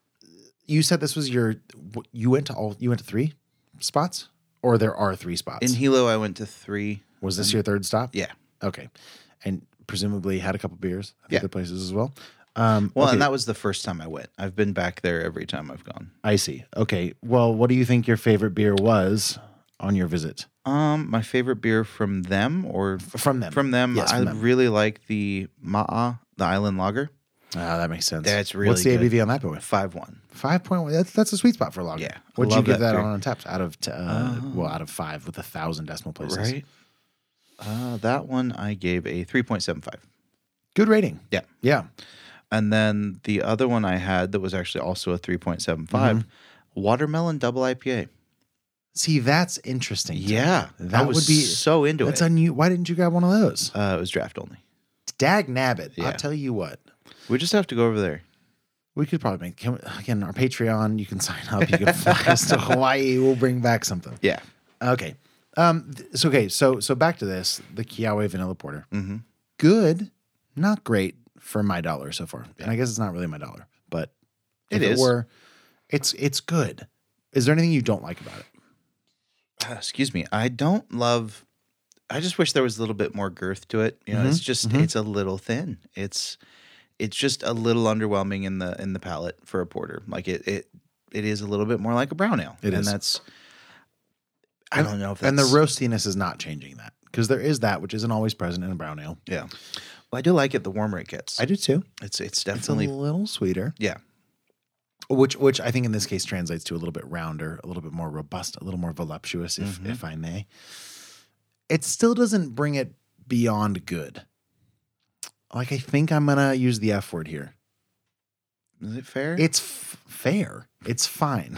Speaker 2: you said this was your what- you went to all you went to three spots or there are three spots.
Speaker 1: In Hilo, I went to three.
Speaker 2: was this your third stop?
Speaker 1: Yeah.
Speaker 2: Okay. And presumably had a couple beers at
Speaker 1: Yeah.
Speaker 2: other places as well. Um,
Speaker 1: Well,
Speaker 2: okay,
Speaker 1: and that was the first time I went. I've been back there every time I've gone.
Speaker 2: I see. Okay. Well, what do you think your favorite beer was on your visit?
Speaker 1: Um, my favorite beer from them or
Speaker 2: From them.
Speaker 1: from them,
Speaker 2: Yes,
Speaker 1: I
Speaker 2: from them.
Speaker 1: really like the Ma'a, the Island Lager,
Speaker 2: Ah, that makes sense.
Speaker 1: That's
Speaker 2: What's
Speaker 1: really
Speaker 2: the
Speaker 1: good.
Speaker 2: ABV on that boy?
Speaker 1: five one.
Speaker 2: Five point one. That's that's a sweet spot for a lager.
Speaker 1: Yeah, I
Speaker 2: What'd you
Speaker 1: love
Speaker 2: give
Speaker 1: that
Speaker 2: that,
Speaker 1: beer.
Speaker 2: on Untapped? Out of t- uh, well, out of five with a thousand decimal places.
Speaker 1: Right. Uh, that one I gave a three point seven five.
Speaker 2: Good rating.
Speaker 1: Yeah.
Speaker 2: Yeah.
Speaker 1: And then the other one I had that was actually also a 3.75
Speaker 2: Mm-hmm.
Speaker 1: watermelon double IPA.
Speaker 2: See, that's interesting. to me.
Speaker 1: Yeah.
Speaker 2: That
Speaker 1: I
Speaker 2: would
Speaker 1: was
Speaker 2: be-
Speaker 1: so into
Speaker 2: That's
Speaker 1: it.
Speaker 2: on you. Why didn't you grab one of those?
Speaker 1: uh, it was draft only.
Speaker 2: Dag nabbit.
Speaker 1: Yeah.
Speaker 2: I'll tell you what.
Speaker 1: We just have to go over there.
Speaker 2: We could probably make can we, again our Patreon. You can sign up. You can fly us to Hawaii. We'll bring back something.
Speaker 1: Yeah.
Speaker 2: Okay. Um. th- So okay. So so back to this. The Kiawe Vanilla Porter. Mm-hmm. Good. Not great for my dollar so far. And I guess it's not really my dollar, but
Speaker 1: It
Speaker 2: if
Speaker 1: is.
Speaker 2: It were, it's it's good. Is there anything you don't like about it?
Speaker 1: Uh, excuse me. I don't love. I just wish there was a little bit more girth to it. You know,
Speaker 2: Mm-hmm,
Speaker 1: it's just it's a little thin. It's it's just a little underwhelming in the in the palate for a porter. Like it it it is a little bit more like a brown ale.
Speaker 2: It
Speaker 1: and
Speaker 2: is.
Speaker 1: that's. I don't know if that's
Speaker 2: and the roastiness is not changing that because there is that which isn't always present in a brown ale.
Speaker 1: Yeah. Well, I do like it. The warmer it gets,
Speaker 2: I do too.
Speaker 1: it's it's
Speaker 2: It's a
Speaker 1: definitely
Speaker 2: little sweeter,
Speaker 1: yeah.
Speaker 2: which which I think in this case translates to a little bit rounder, a little bit more robust, a little more voluptuous, if if I may. It still doesn't bring it beyond good. Like I think I'm gonna use the F word here.
Speaker 1: Is it fair?
Speaker 2: It's f- fair. It's fine.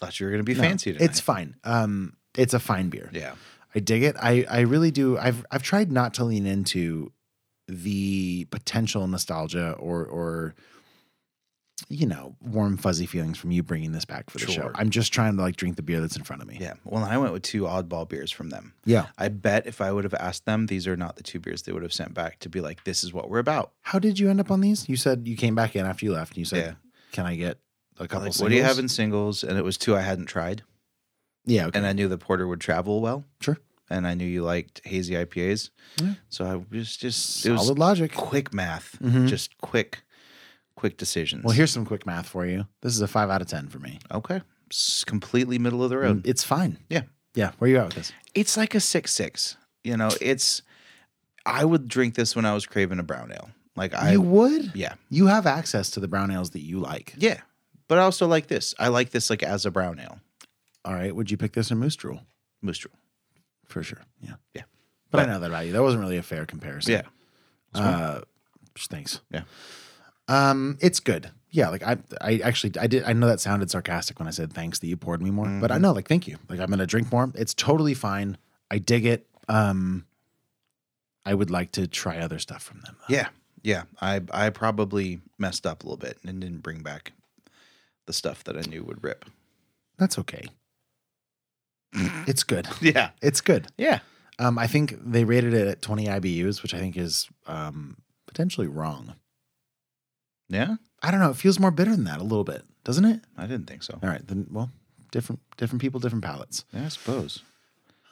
Speaker 1: thought you were going to be
Speaker 2: No,
Speaker 1: fancy tonight.
Speaker 2: It's fine. Um, it's a fine beer.
Speaker 1: yeah.
Speaker 2: I dig it. I I really do. I've I've tried not to lean into the potential nostalgia or or you know warm fuzzy feelings from you bringing this back for the show.
Speaker 1: Sure.
Speaker 2: I'm just trying to like drink the beer that's in front of me.
Speaker 1: Yeah. Well, I went with two oddball beers from them.
Speaker 2: Yeah.
Speaker 1: I bet if I would have asked them, these are not the two beers they would have sent back to be like, this is what we're about.
Speaker 2: How did you end up on these? You said you came back in after you left. and You said,
Speaker 1: Yeah.
Speaker 2: "Can I get a couple?"
Speaker 1: Like, what do you have
Speaker 2: singles?"
Speaker 1: in singles? And it was two I hadn't tried.
Speaker 2: Yeah. Okay.
Speaker 1: And I knew the porter would travel well.
Speaker 2: sure.
Speaker 1: And I knew you liked hazy IPAs.
Speaker 2: Yeah.
Speaker 1: So I was just, it
Speaker 2: Solid
Speaker 1: was
Speaker 2: logic.
Speaker 1: quick math, just quick, quick decisions.
Speaker 2: Well, here's some quick math for you. This is a five out of ten for me.
Speaker 1: okay. It's completely middle of the road.
Speaker 2: It's fine.
Speaker 1: Yeah.
Speaker 2: Yeah. Where you at with this?
Speaker 1: it's like a six six. You know, it's. I would drink this when I was craving a brown ale. Like I,
Speaker 2: you would?
Speaker 1: yeah,
Speaker 2: You have access to the brown ales that you like.
Speaker 1: yeah. But I also like this. I like this like as a brown ale,
Speaker 2: All right. Would you pick this in Moose Drool?
Speaker 1: Moose Drool.
Speaker 2: For sure. Yeah.
Speaker 1: Yeah,
Speaker 2: But, I know that about you. That wasn't really a fair comparison.
Speaker 1: yeah,
Speaker 2: Uh, just thanks.
Speaker 1: Yeah.
Speaker 2: Um, it's good. Yeah. Like I, I actually, I did. I know that sounded sarcastic when I said thanks that you poured me more,
Speaker 1: Mm-hmm.
Speaker 2: but I know, like, thank you. Like I'm gonna drink more. It's totally fine. I dig it. Um, I would like to try other stuff from them. though.
Speaker 1: yeah, yeah. I I probably messed up a little bit and didn't bring back the stuff that I knew would rip.
Speaker 2: That's okay. it's good.
Speaker 1: Yeah,
Speaker 2: It's good.
Speaker 1: yeah.
Speaker 2: Um, I think they rated it at 20 IBUs, which I think is um potentially wrong.
Speaker 1: Yeah,
Speaker 2: I don't know. It feels more bitter than that a little bit, doesn't it?
Speaker 1: I didn't think so.
Speaker 2: All right, then. Well, different different people, different palates.
Speaker 1: Yeah, I suppose.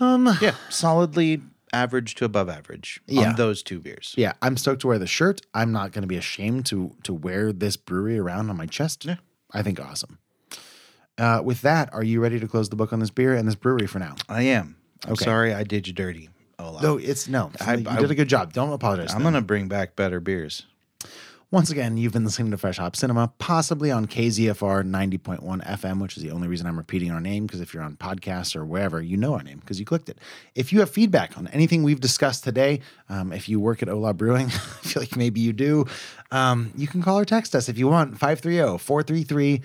Speaker 2: Um,
Speaker 1: Yeah, solidly average to above average
Speaker 2: Yeah.
Speaker 1: on those two beers.
Speaker 2: yeah. I'm stoked to wear the shirt. I'm not going to be ashamed to to wear this brewery around on my chest.
Speaker 1: Yeah.
Speaker 2: I think awesome. Uh, with that, are you ready to close the book on this beer and this brewery for now?
Speaker 1: I am. I'm
Speaker 2: Okay.
Speaker 1: sorry I did you dirty. Oh, lot.
Speaker 2: No, it's no.
Speaker 1: I-
Speaker 2: you
Speaker 1: I-
Speaker 2: did a good job. Don't apologize.
Speaker 1: I'm
Speaker 2: then.
Speaker 1: gonna bring back better beers.
Speaker 2: Once again, you've been listening to Fresh Hop Cinema, possibly on KZFR 90.1 FM, which is the only reason I'm repeating our name, because if you're on podcasts or wherever, you know our name because you clicked it. If you have feedback on anything we've discussed today, um, if you work at Ola Brewing, I feel like maybe you do, um, you can call or text us if you want, 530 433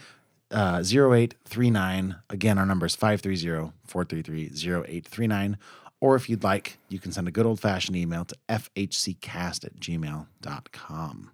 Speaker 2: uh, 0839. Again, our number is 530 433 0839. Or if you'd like, you can send a good old fashioned email to fhccast at gmail.com.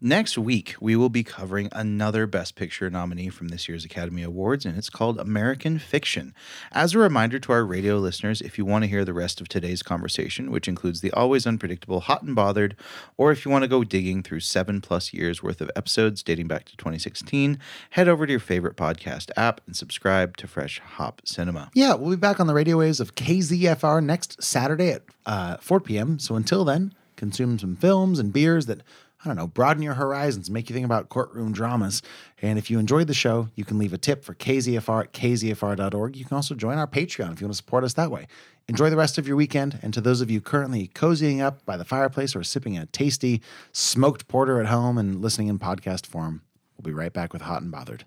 Speaker 1: Next week, we will be covering another Best Picture nominee from this year's Academy Awards, and it's called American Fiction. As a reminder to our radio listeners, if you want to hear the rest of today's conversation, which includes the always unpredictable Hot and Bothered, or if you want to go digging through seven plus years worth of episodes dating back to 2016, head over to your favorite podcast app and subscribe to Fresh Hop Cinema.
Speaker 2: Yeah, we'll be back on the radio waves of KZFR next Saturday at uh, 4 p.m. So until then, consume some films and beers that, I don't know, broaden your horizons, make you think about courtroom dramas. And if you enjoyed the show, you can leave a tip for KZFR at kzfr.org. You can also join our Patreon if you want to support us that way. Enjoy the rest of your weekend. And to those of you currently cozying up by the fireplace or sipping a tasty smoked porter at home and listening in podcast form, we'll be right back with Hot and Bothered.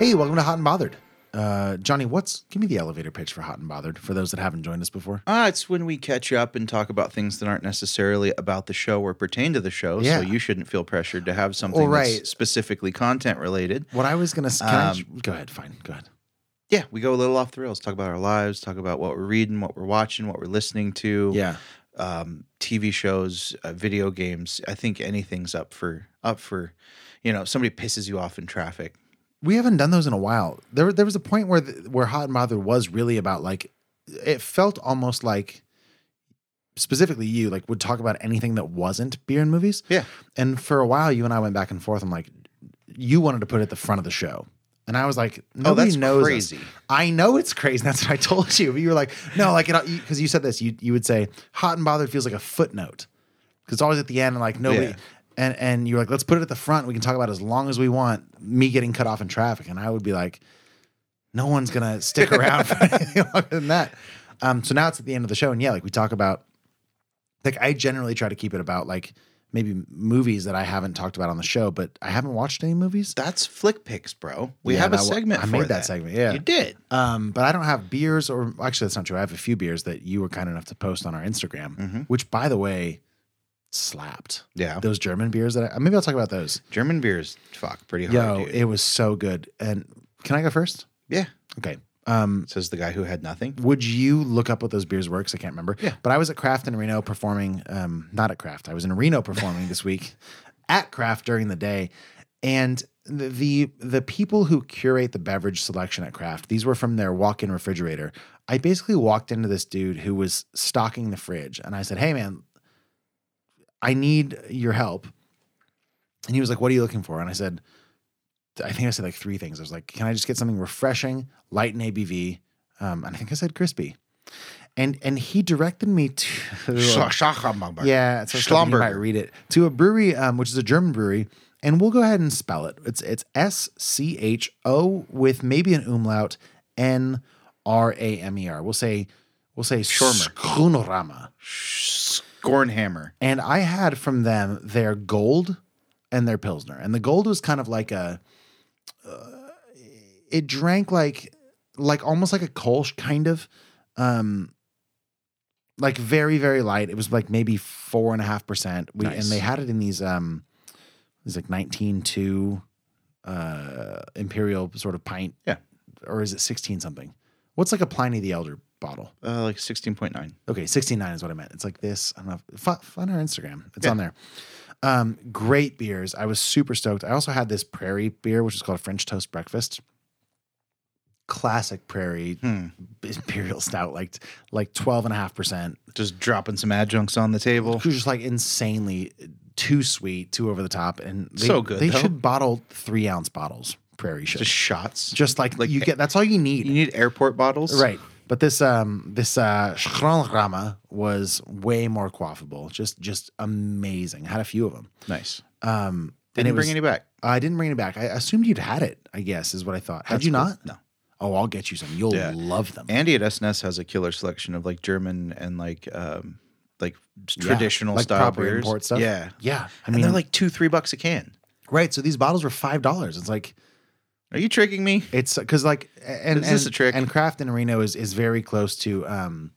Speaker 2: Hey, welcome to Hot and Bothered. Uh, Johnny, what's give me the elevator pitch for Hot and Bothered for those that haven't joined us before?
Speaker 1: Ah, it's when we catch up and talk about things that aren't necessarily about the show or pertain to the show.
Speaker 2: Yeah.
Speaker 1: So you shouldn't feel pressured to have something
Speaker 2: right.
Speaker 1: that's specifically content related.
Speaker 2: What I was gonna s- can I j- go ahead, fine, go ahead.
Speaker 1: Yeah, we go a little off the rails. Talk about our lives. Talk about what we're reading, what we're watching, what we're listening to. um, TV shows, uh, video games. I think anything's up for up for, you know, somebody pisses you off in traffic.
Speaker 2: we haven't done those in a while. There, there was a point where the, where Hot and Bothered was really about like, it felt almost like, specifically you like would talk about anything that wasn't beer and movies.
Speaker 1: Yeah.
Speaker 2: And for a while, you and I went back and forth. I'm like, you wanted to put it at the front of the show. And I was like, nobody
Speaker 1: Oh, that's
Speaker 2: knows. us.
Speaker 1: crazy.
Speaker 2: I know it's crazy. That's what I told you. But you were like, no, like, because you said this, you, you would say, hot and bothered feels like a footnote. Because it's always at the end, and like, nobody.
Speaker 1: Yeah.
Speaker 2: And, and you're like, let's put it at the front. We can talk about it as long as we want. Me getting cut off in traffic. And I would be like, no one's gonna stick around for anything longer than that. Um, so now it's at the end of the show, and yeah, like we talk about, like I generally try to keep it about like maybe movies that I haven't talked about on the show, but I haven't watched any movies.
Speaker 1: That's flick picks, bro. We
Speaker 2: Yeah,
Speaker 1: have a
Speaker 2: that wa-
Speaker 1: segment.
Speaker 2: I
Speaker 1: for
Speaker 2: made that segment, yeah.
Speaker 1: you did.
Speaker 2: Um, but I don't have beers, or actually, that's not true. I have a few beers that you were kind enough to post on our Instagram,
Speaker 1: Mm-hmm.
Speaker 2: which, by the way, slapped.
Speaker 1: Yeah.
Speaker 2: those German beers that I, maybe I'll talk about those.
Speaker 1: German beers, fuck, pretty hard.
Speaker 2: Yo,
Speaker 1: dude.
Speaker 2: it was so good. And can I go first?
Speaker 1: yeah,
Speaker 2: Okay. Um,
Speaker 1: says the guy who had nothing.
Speaker 2: would you look up what those beers were? 'Cause I can't remember.
Speaker 1: Yeah.
Speaker 2: But I was at Craft in Reno performing, um, not at Craft. I was in Reno performing this week at Craft during the day. And the, the the people who curate the beverage selection at Craft, these were from their walk-in refrigerator. I basically walked into this dude who was stocking the fridge and I said, Hey man, I need your help. And he was like, What are you looking for? And I said, I think I said like three things. I was like, Can I just get something refreshing, light in ABV? Um, and I think I said crispy. And and he directed me to yeah, it's like something you might
Speaker 1: Schlumberger.
Speaker 2: read it to a brewery, um, which is a German brewery, and we'll go ahead and spell it. It's it's S C H O with maybe an umlaut N R A M E R. We'll say we'll say
Speaker 1: Schirmer.
Speaker 2: Schoonerama.
Speaker 1: Gornhammer.
Speaker 2: And I had from them their gold and their pilsner. And the gold was kind of like a uh, it drank like like almost like a Kolsch kind of um like very very light. It was like maybe four and a half percent. We
Speaker 1: Nice.
Speaker 2: and they had it in these um these like nineteen two uh imperial sort of pint.
Speaker 1: Yeah.
Speaker 2: Or is it sixteen something? What's like a Pliny the Elder bottle?
Speaker 1: Uh, like sixteen point nine.
Speaker 2: Okay, 69 is what I meant. It's like this. I don't know. if- fi- Find our Instagram. It's
Speaker 1: Yeah.
Speaker 2: on there. Um, great beers. I was super stoked. I also had this prairie beer, which is called French Toast Breakfast. Classic prairie
Speaker 1: Hmm.
Speaker 2: imperial stout, like like 12.5%.
Speaker 1: Just dropping some adjuncts on the table.
Speaker 2: It was just like insanely too sweet, too over the top. And they,
Speaker 1: So good,
Speaker 2: They
Speaker 1: though.
Speaker 2: should bottle three ounce bottles, prairie should.
Speaker 1: Just
Speaker 2: Just,
Speaker 1: shots.
Speaker 2: like,
Speaker 1: like-
Speaker 2: you get, that's all you need.
Speaker 1: you need airport bottles,
Speaker 2: Right. But this um this uh Schrallrama was way more quaffable. Just just amazing. Had a few of them.
Speaker 1: Nice.
Speaker 2: Um and
Speaker 1: Didn't
Speaker 2: it
Speaker 1: bring
Speaker 2: was-
Speaker 1: any back.
Speaker 2: I didn't bring any back. I assumed you'd had it, I guess, is what I thought. Had
Speaker 1: That's
Speaker 2: you
Speaker 1: cool.
Speaker 2: not?
Speaker 1: No.
Speaker 2: Oh, I'll get you some. You'll
Speaker 1: Yeah.
Speaker 2: love them.
Speaker 1: Andy at SNS has a killer selection of like German and like um like
Speaker 2: Yeah.
Speaker 1: traditional
Speaker 2: Like
Speaker 1: style
Speaker 2: proper
Speaker 1: beers.
Speaker 2: import stuff.
Speaker 1: Yeah.
Speaker 2: Yeah. I
Speaker 1: and
Speaker 2: mean
Speaker 1: they're like two, three bucks a can.
Speaker 2: right, so these bottles were five dollars. It's like
Speaker 1: Are you tricking me?
Speaker 2: It's because like and
Speaker 1: Is this
Speaker 2: and-
Speaker 1: a trick?
Speaker 2: And Kraft and Reno is is very close to um,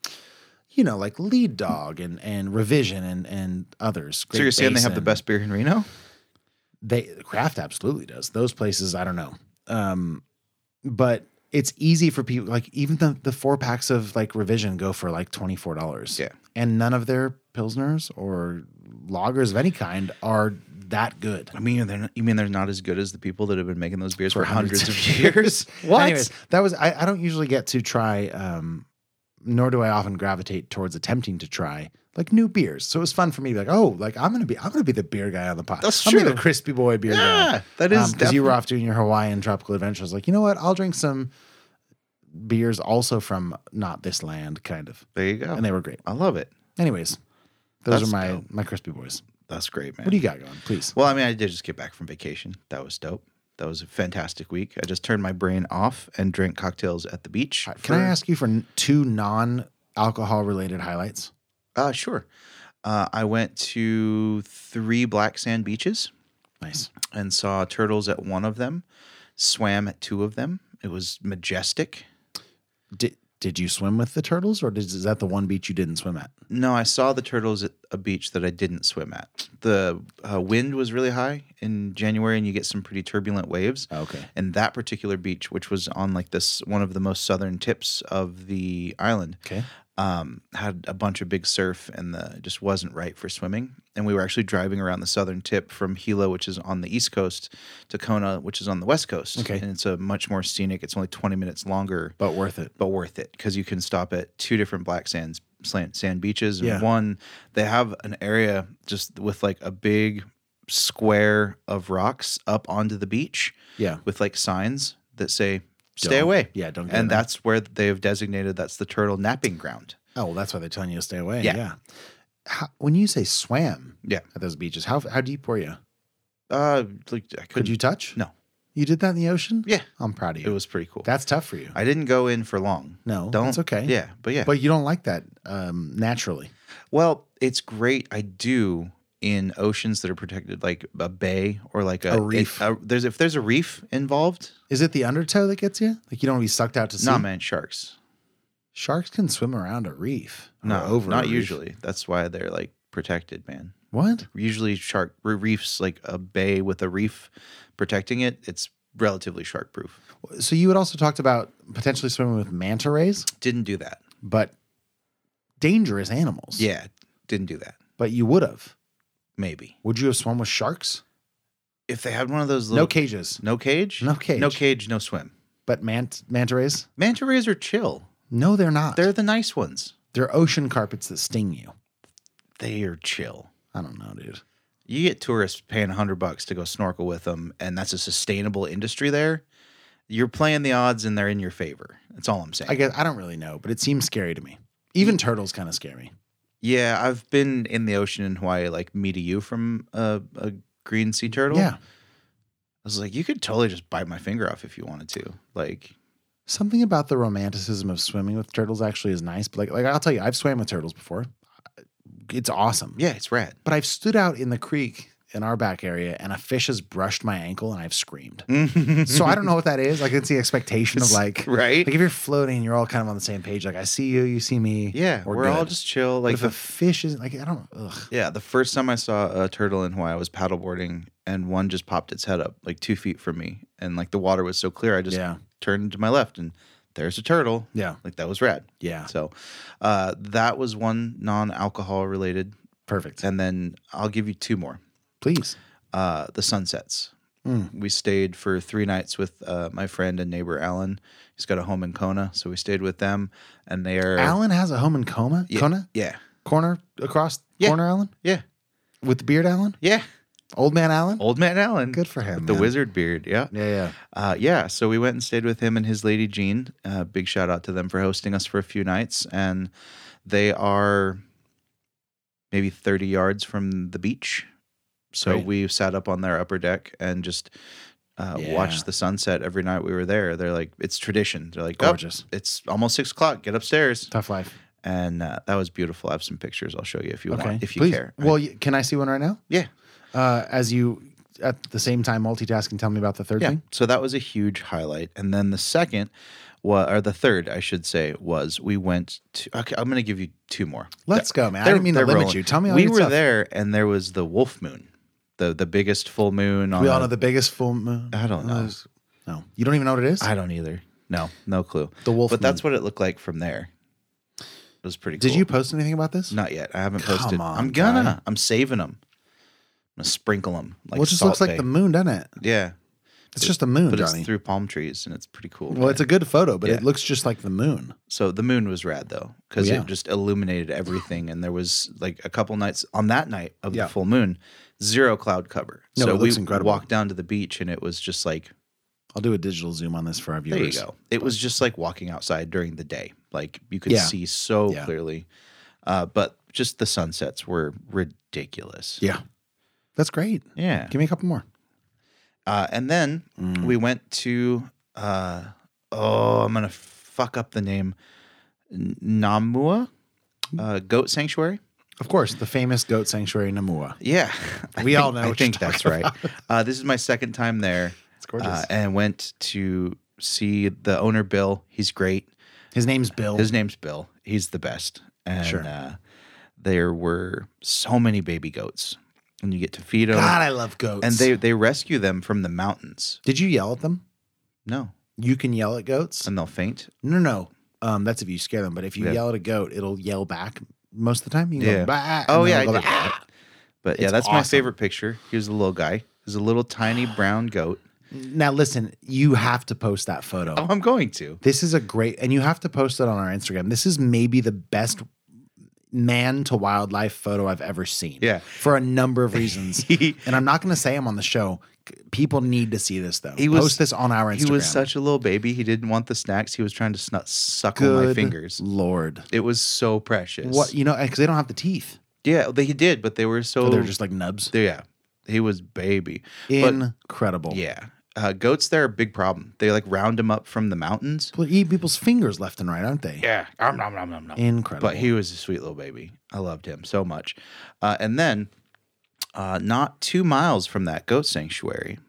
Speaker 2: you know, like lead dog and and revision and and others.
Speaker 1: so you're saying they have the
Speaker 2: Basin.
Speaker 1: best beer in Reno?
Speaker 2: They Kraft absolutely does. Those places I don't know, um, but it's easy for people like even the the four packs of like revision go for like twenty four dollars.
Speaker 1: Yeah.
Speaker 2: and none of their pilsners or lagers of any kind are that good.
Speaker 1: I mean, they're not, you mean they're not as good as the people that have been making those beers for, hundreds, of years?
Speaker 2: what? Anyways, that was I, I don't usually get to try um nor do I often gravitate towards attempting to try like new beers. So it was fun for me to be like, oh, like I'm gonna be I'm gonna be the beer guy on the pod.
Speaker 1: That's
Speaker 2: I'm gonna be the
Speaker 1: true.
Speaker 2: crispy boy beer
Speaker 1: Yeah,
Speaker 2: guy.
Speaker 1: that is
Speaker 2: because Um, you were
Speaker 1: definite-
Speaker 2: off doing your Hawaiian tropical adventure. I was like, you know what? I'll drink some beers also from not this land, kind of.
Speaker 1: There you go.
Speaker 2: And they were great.
Speaker 1: I love it.
Speaker 2: Anyways, those
Speaker 1: That's
Speaker 2: are my
Speaker 1: dope.
Speaker 2: my crispy boys.
Speaker 1: That's great, man.
Speaker 2: What do you got going? Please.
Speaker 1: Well, I mean, I did just get back from vacation. That was dope. That was a fantastic week. I just turned my brain off and drank cocktails at the beach.
Speaker 2: Can I
Speaker 1: for-
Speaker 2: ask you for n- two non-alcohol related highlights?
Speaker 1: Uh, sure. Uh, I went to three black sand beaches
Speaker 2: Nice.
Speaker 1: and saw turtles at one of them, swam at two of them. It was majestic.
Speaker 2: Did did you swim with the turtles, or did, is that the one beach you didn't swim at?
Speaker 1: No, I saw the turtles at a beach that I didn't swim at. The uh, wind was really high in January, and you get some pretty turbulent waves.
Speaker 2: Oh, Okay.
Speaker 1: And that particular beach, which was on like this one of the most southern tips of the island,
Speaker 2: Okay.
Speaker 1: um, had a bunch of big surf and the it just wasn't right for swimming. And we were actually driving around the southern tip from Hilo, which is on the east coast, to Kona, which is on the west coast.
Speaker 2: Okay.
Speaker 1: And it's a much more scenic. It's only twenty minutes longer
Speaker 2: But worth it.
Speaker 1: but worth it because you can stop at two different black sands slant sand beaches and
Speaker 2: Yeah.
Speaker 1: one they have an area just with like a big square of rocks up onto the beach
Speaker 2: Yeah.
Speaker 1: with like signs that say stay
Speaker 2: Don't-
Speaker 1: away
Speaker 2: yeah, don't go
Speaker 1: and
Speaker 2: there.
Speaker 1: that's where they have designated that's the turtle napping ground
Speaker 2: Oh, well, that's why they're telling you to stay away.
Speaker 1: Yeah.
Speaker 2: How, when you say swam
Speaker 1: yeah
Speaker 2: at those beaches, how how deep were you?
Speaker 1: uh like I
Speaker 2: Could
Speaker 1: couldn't-
Speaker 2: you touch?
Speaker 1: no
Speaker 2: You did that in the ocean?
Speaker 1: Yeah.
Speaker 2: I'm proud of you.
Speaker 1: it was pretty cool
Speaker 2: That's tough for you.
Speaker 1: i didn't go in for long
Speaker 2: No,
Speaker 1: don't
Speaker 2: that's okay.
Speaker 1: yeah but yeah
Speaker 2: But you don't like that um, naturally.
Speaker 1: Well, it's great. I do in oceans that are protected, like a bay or like a,
Speaker 2: A reef.
Speaker 1: a- there's if there's a reef involved,
Speaker 2: Is it the undertow that gets you? Like you don't want to be sucked out to sea?
Speaker 1: nah, man, sharks.
Speaker 2: Sharks can swim around a reef. or
Speaker 1: No,
Speaker 2: over a
Speaker 1: not
Speaker 2: reef.
Speaker 1: usually. That's why they're like protected, man.
Speaker 2: What?
Speaker 1: Usually, shark re- reefs like a bay with a reef protecting it. It's relatively shark proof.
Speaker 2: So you had also talked about potentially swimming with manta rays,
Speaker 1: Didn't do that.
Speaker 2: but dangerous animals.
Speaker 1: Yeah, didn't do that.
Speaker 2: But you would have.
Speaker 1: Maybe
Speaker 2: Would you have swum with sharks?
Speaker 1: if they had one of those little
Speaker 2: No cages,
Speaker 1: no cage,
Speaker 2: No cage.
Speaker 1: no cage, no swim.
Speaker 2: but mant- manta rays?
Speaker 1: Manta rays are chill.
Speaker 2: No, they're not.
Speaker 1: They're the nice ones.
Speaker 2: they're ocean carpets that sting you.
Speaker 1: They are chill.
Speaker 2: I don't know, dude.
Speaker 1: you get tourists paying 100 bucks to go snorkel with them and that's a sustainable industry there you're playing the odds and they're in your favor that's all i'm saying
Speaker 2: I guess I don't really know, but it seems scary to me. Even turtles kind of scare me.
Speaker 1: yeah i've been in the ocean in hawaii like me to you from a, a green sea turtle
Speaker 2: Yeah.
Speaker 1: i was like you could totally just bite my finger off if you wanted to like
Speaker 2: Something about the romanticism of swimming with turtles actually is nice. But like, like I'll tell you, I've swam with turtles before. It's awesome.
Speaker 1: yeah it's rad
Speaker 2: But I've stood out in the creek in our back area, and a fish has brushed my ankle, and I've screamed. so I don't know what that is. Like it's the expectation of like,
Speaker 1: Right.
Speaker 2: Like if you're floating, you're all kind of on the same page. Like I see you, you see me.
Speaker 1: yeah we're, all
Speaker 2: good.
Speaker 1: just chill
Speaker 2: But
Speaker 1: like
Speaker 2: if
Speaker 1: the
Speaker 2: a fish isn't like I don't. Ugh.
Speaker 1: Yeah, the first time I saw a turtle in Hawaii, I was paddleboarding, and one just popped its head up like two feet from me, and like the water was so clear, I just
Speaker 2: Yeah.
Speaker 1: turned to my left, and there's a turtle.
Speaker 2: Yeah.
Speaker 1: like that was rad.
Speaker 2: Yeah.
Speaker 1: So, uh, that was one non-alcohol related,
Speaker 2: Perfect.
Speaker 1: and then I'll give you two more.
Speaker 2: Please.
Speaker 1: Uh, the sunsets.
Speaker 2: Hmm.
Speaker 1: We stayed for three nights with uh, my friend and neighbor Alan. He's got a home in Kona, so we stayed with them, and they are
Speaker 2: Alan has a home in Coma,
Speaker 1: yeah,
Speaker 2: Kona,
Speaker 1: Yeah,
Speaker 2: corner across
Speaker 1: Yeah.
Speaker 2: corner, Alan
Speaker 1: yeah,
Speaker 2: with the beard, Alan,
Speaker 1: yeah.
Speaker 2: old man, Alan.
Speaker 1: Old man Alan.
Speaker 2: Good for him.
Speaker 1: The
Speaker 2: man.
Speaker 1: wizard beard, yeah.
Speaker 2: Yeah, yeah.
Speaker 1: Uh, yeah, so we went and stayed with him and his lady Jean. Uh, big shout out to them for hosting us for a few nights. And they are maybe 30 yards from the beach. So
Speaker 2: Great.
Speaker 1: we sat up on their upper deck and just uh,
Speaker 2: Yeah.
Speaker 1: watched the sunset every night we were there. They're like, it's tradition. They're like, "Oh,
Speaker 2: Gorgeous.
Speaker 1: it's almost six o'clock. Get upstairs.
Speaker 2: Tough life.
Speaker 1: And uh, that was beautiful. I have some pictures I'll show you if you want, if you
Speaker 2: Please.
Speaker 1: care.
Speaker 2: Well, you, can I see one right now?
Speaker 1: yeah.
Speaker 2: Uh, as you at the same time multitask and tell me about the third
Speaker 1: Yeah.
Speaker 2: thing.
Speaker 1: So that was a huge highlight. And then the second, wa- or the third, I should say, was we went to. Okay, I'm going to give you two more.
Speaker 2: Let's
Speaker 1: They're-
Speaker 2: go, man. I
Speaker 1: they're-
Speaker 2: didn't mean to
Speaker 1: they're
Speaker 2: limit you. Tell me all
Speaker 1: we
Speaker 2: your
Speaker 1: were
Speaker 2: stuff.
Speaker 1: there, and there was the wolf moon, the the biggest full moon. On
Speaker 2: We all
Speaker 1: a-
Speaker 2: know the biggest full moon.
Speaker 1: Uh, I don't know.
Speaker 2: No, you don't even know what it is.
Speaker 1: I don't either. No, no clue.
Speaker 2: The wolf
Speaker 1: But that's what it looked like from there. It was pretty.
Speaker 2: Did
Speaker 1: cool.
Speaker 2: you post anything about this?
Speaker 1: Not yet. I haven't
Speaker 2: Come
Speaker 1: posted.
Speaker 2: on,
Speaker 1: I'm gonna.
Speaker 2: guy.
Speaker 1: I'm saving them. I'm gonna sprinkle them. Like
Speaker 2: well, it just
Speaker 1: Salt
Speaker 2: looks like
Speaker 1: Bae.
Speaker 2: the moon, doesn't it?
Speaker 1: Yeah,
Speaker 2: It's just a moon,
Speaker 1: but
Speaker 2: Johnny.
Speaker 1: it's through palm trees, and it's pretty cool.
Speaker 2: well, it's a good photo, but
Speaker 1: Yeah.
Speaker 2: it looks just like the moon.
Speaker 1: So the moon was rad though, because
Speaker 2: Oh, yeah.
Speaker 1: it just illuminated everything, and there was like a couple nights on that night of
Speaker 2: Yeah.
Speaker 1: the full moon, zero cloud cover.
Speaker 2: No,
Speaker 1: so
Speaker 2: it looks
Speaker 1: we
Speaker 2: incredible.
Speaker 1: walked down to the beach, and it was just like
Speaker 2: I'll do a digital zoom on this for our viewers.
Speaker 1: There you go. It was just like walking outside during the day. Like you could
Speaker 2: Yeah.
Speaker 1: see so
Speaker 2: Yeah.
Speaker 1: clearly. Uh, but just the sunsets were ridiculous.
Speaker 2: Yeah. That's great.
Speaker 1: Yeah.
Speaker 2: Give me a couple more.
Speaker 1: Uh, and then
Speaker 2: Mm.
Speaker 1: we went to, uh, oh, I'm going to fuck up the name N- Namua
Speaker 2: Hmm.
Speaker 1: uh, Goat Sanctuary.
Speaker 2: Of course, the famous goat sanctuary in Namua.
Speaker 1: Yeah. I
Speaker 2: We all
Speaker 1: think-
Speaker 2: know
Speaker 1: I
Speaker 2: what you're
Speaker 1: think that's right. Uh, this is my second time there. It's
Speaker 2: gorgeous.
Speaker 1: and went to see the owner, Bill. He's great.
Speaker 2: His name's Bill.
Speaker 1: His name's Bill. He's the best. And
Speaker 2: Sure.
Speaker 1: uh, there were so many baby goats, and you get to feed them.
Speaker 2: God, I love goats.
Speaker 1: and they they rescue them from the mountains.
Speaker 2: did you yell at them?
Speaker 1: No,
Speaker 2: You can yell at goats.
Speaker 1: and they'll faint.
Speaker 2: No, no. Um, that's if you scare them. But if you
Speaker 1: Yeah.
Speaker 2: yell at a goat, it'll yell back most of the time. You can
Speaker 1: Yeah.
Speaker 2: go, bah,
Speaker 1: Oh
Speaker 2: and
Speaker 1: yeah, I
Speaker 2: they'll
Speaker 1: did
Speaker 2: go,
Speaker 1: that.
Speaker 2: "Ah."
Speaker 1: But yeah,
Speaker 2: It's
Speaker 1: that's my
Speaker 2: awesome.
Speaker 1: favorite picture. Here's the little guy. He's a little tiny brown goat.
Speaker 2: Now listen, you have to post that photo.
Speaker 1: Oh, I'm going to.
Speaker 2: This is a great, and you have to post it on our Instagram. This is maybe the best man to wildlife photo I've ever seen.
Speaker 1: Yeah.
Speaker 2: For a number of reasons. and I'm not going to say I'm on the show. People need to see this though.
Speaker 1: He was-
Speaker 2: post this on our Instagram.
Speaker 1: He was such a little baby. He didn't want the snacks. He was trying to snu suckle
Speaker 2: good
Speaker 1: my fingers.
Speaker 2: Lord.
Speaker 1: It was so precious.
Speaker 2: What, you know, because they don't have the teeth.
Speaker 1: Yeah, they did, but they were so.
Speaker 2: So they're just like nubs.
Speaker 1: yeah, he was baby. Oh. But-
Speaker 2: Incredible.
Speaker 1: Yeah. Uh, goats, they're a big problem. They like round them up from the mountains.
Speaker 2: People eat people's fingers left and right, aren't they?
Speaker 1: Yeah.
Speaker 2: Incredible.
Speaker 1: But he was a sweet little baby. I loved him so much. Uh, and then, uh, not two miles from that goat sanctuary,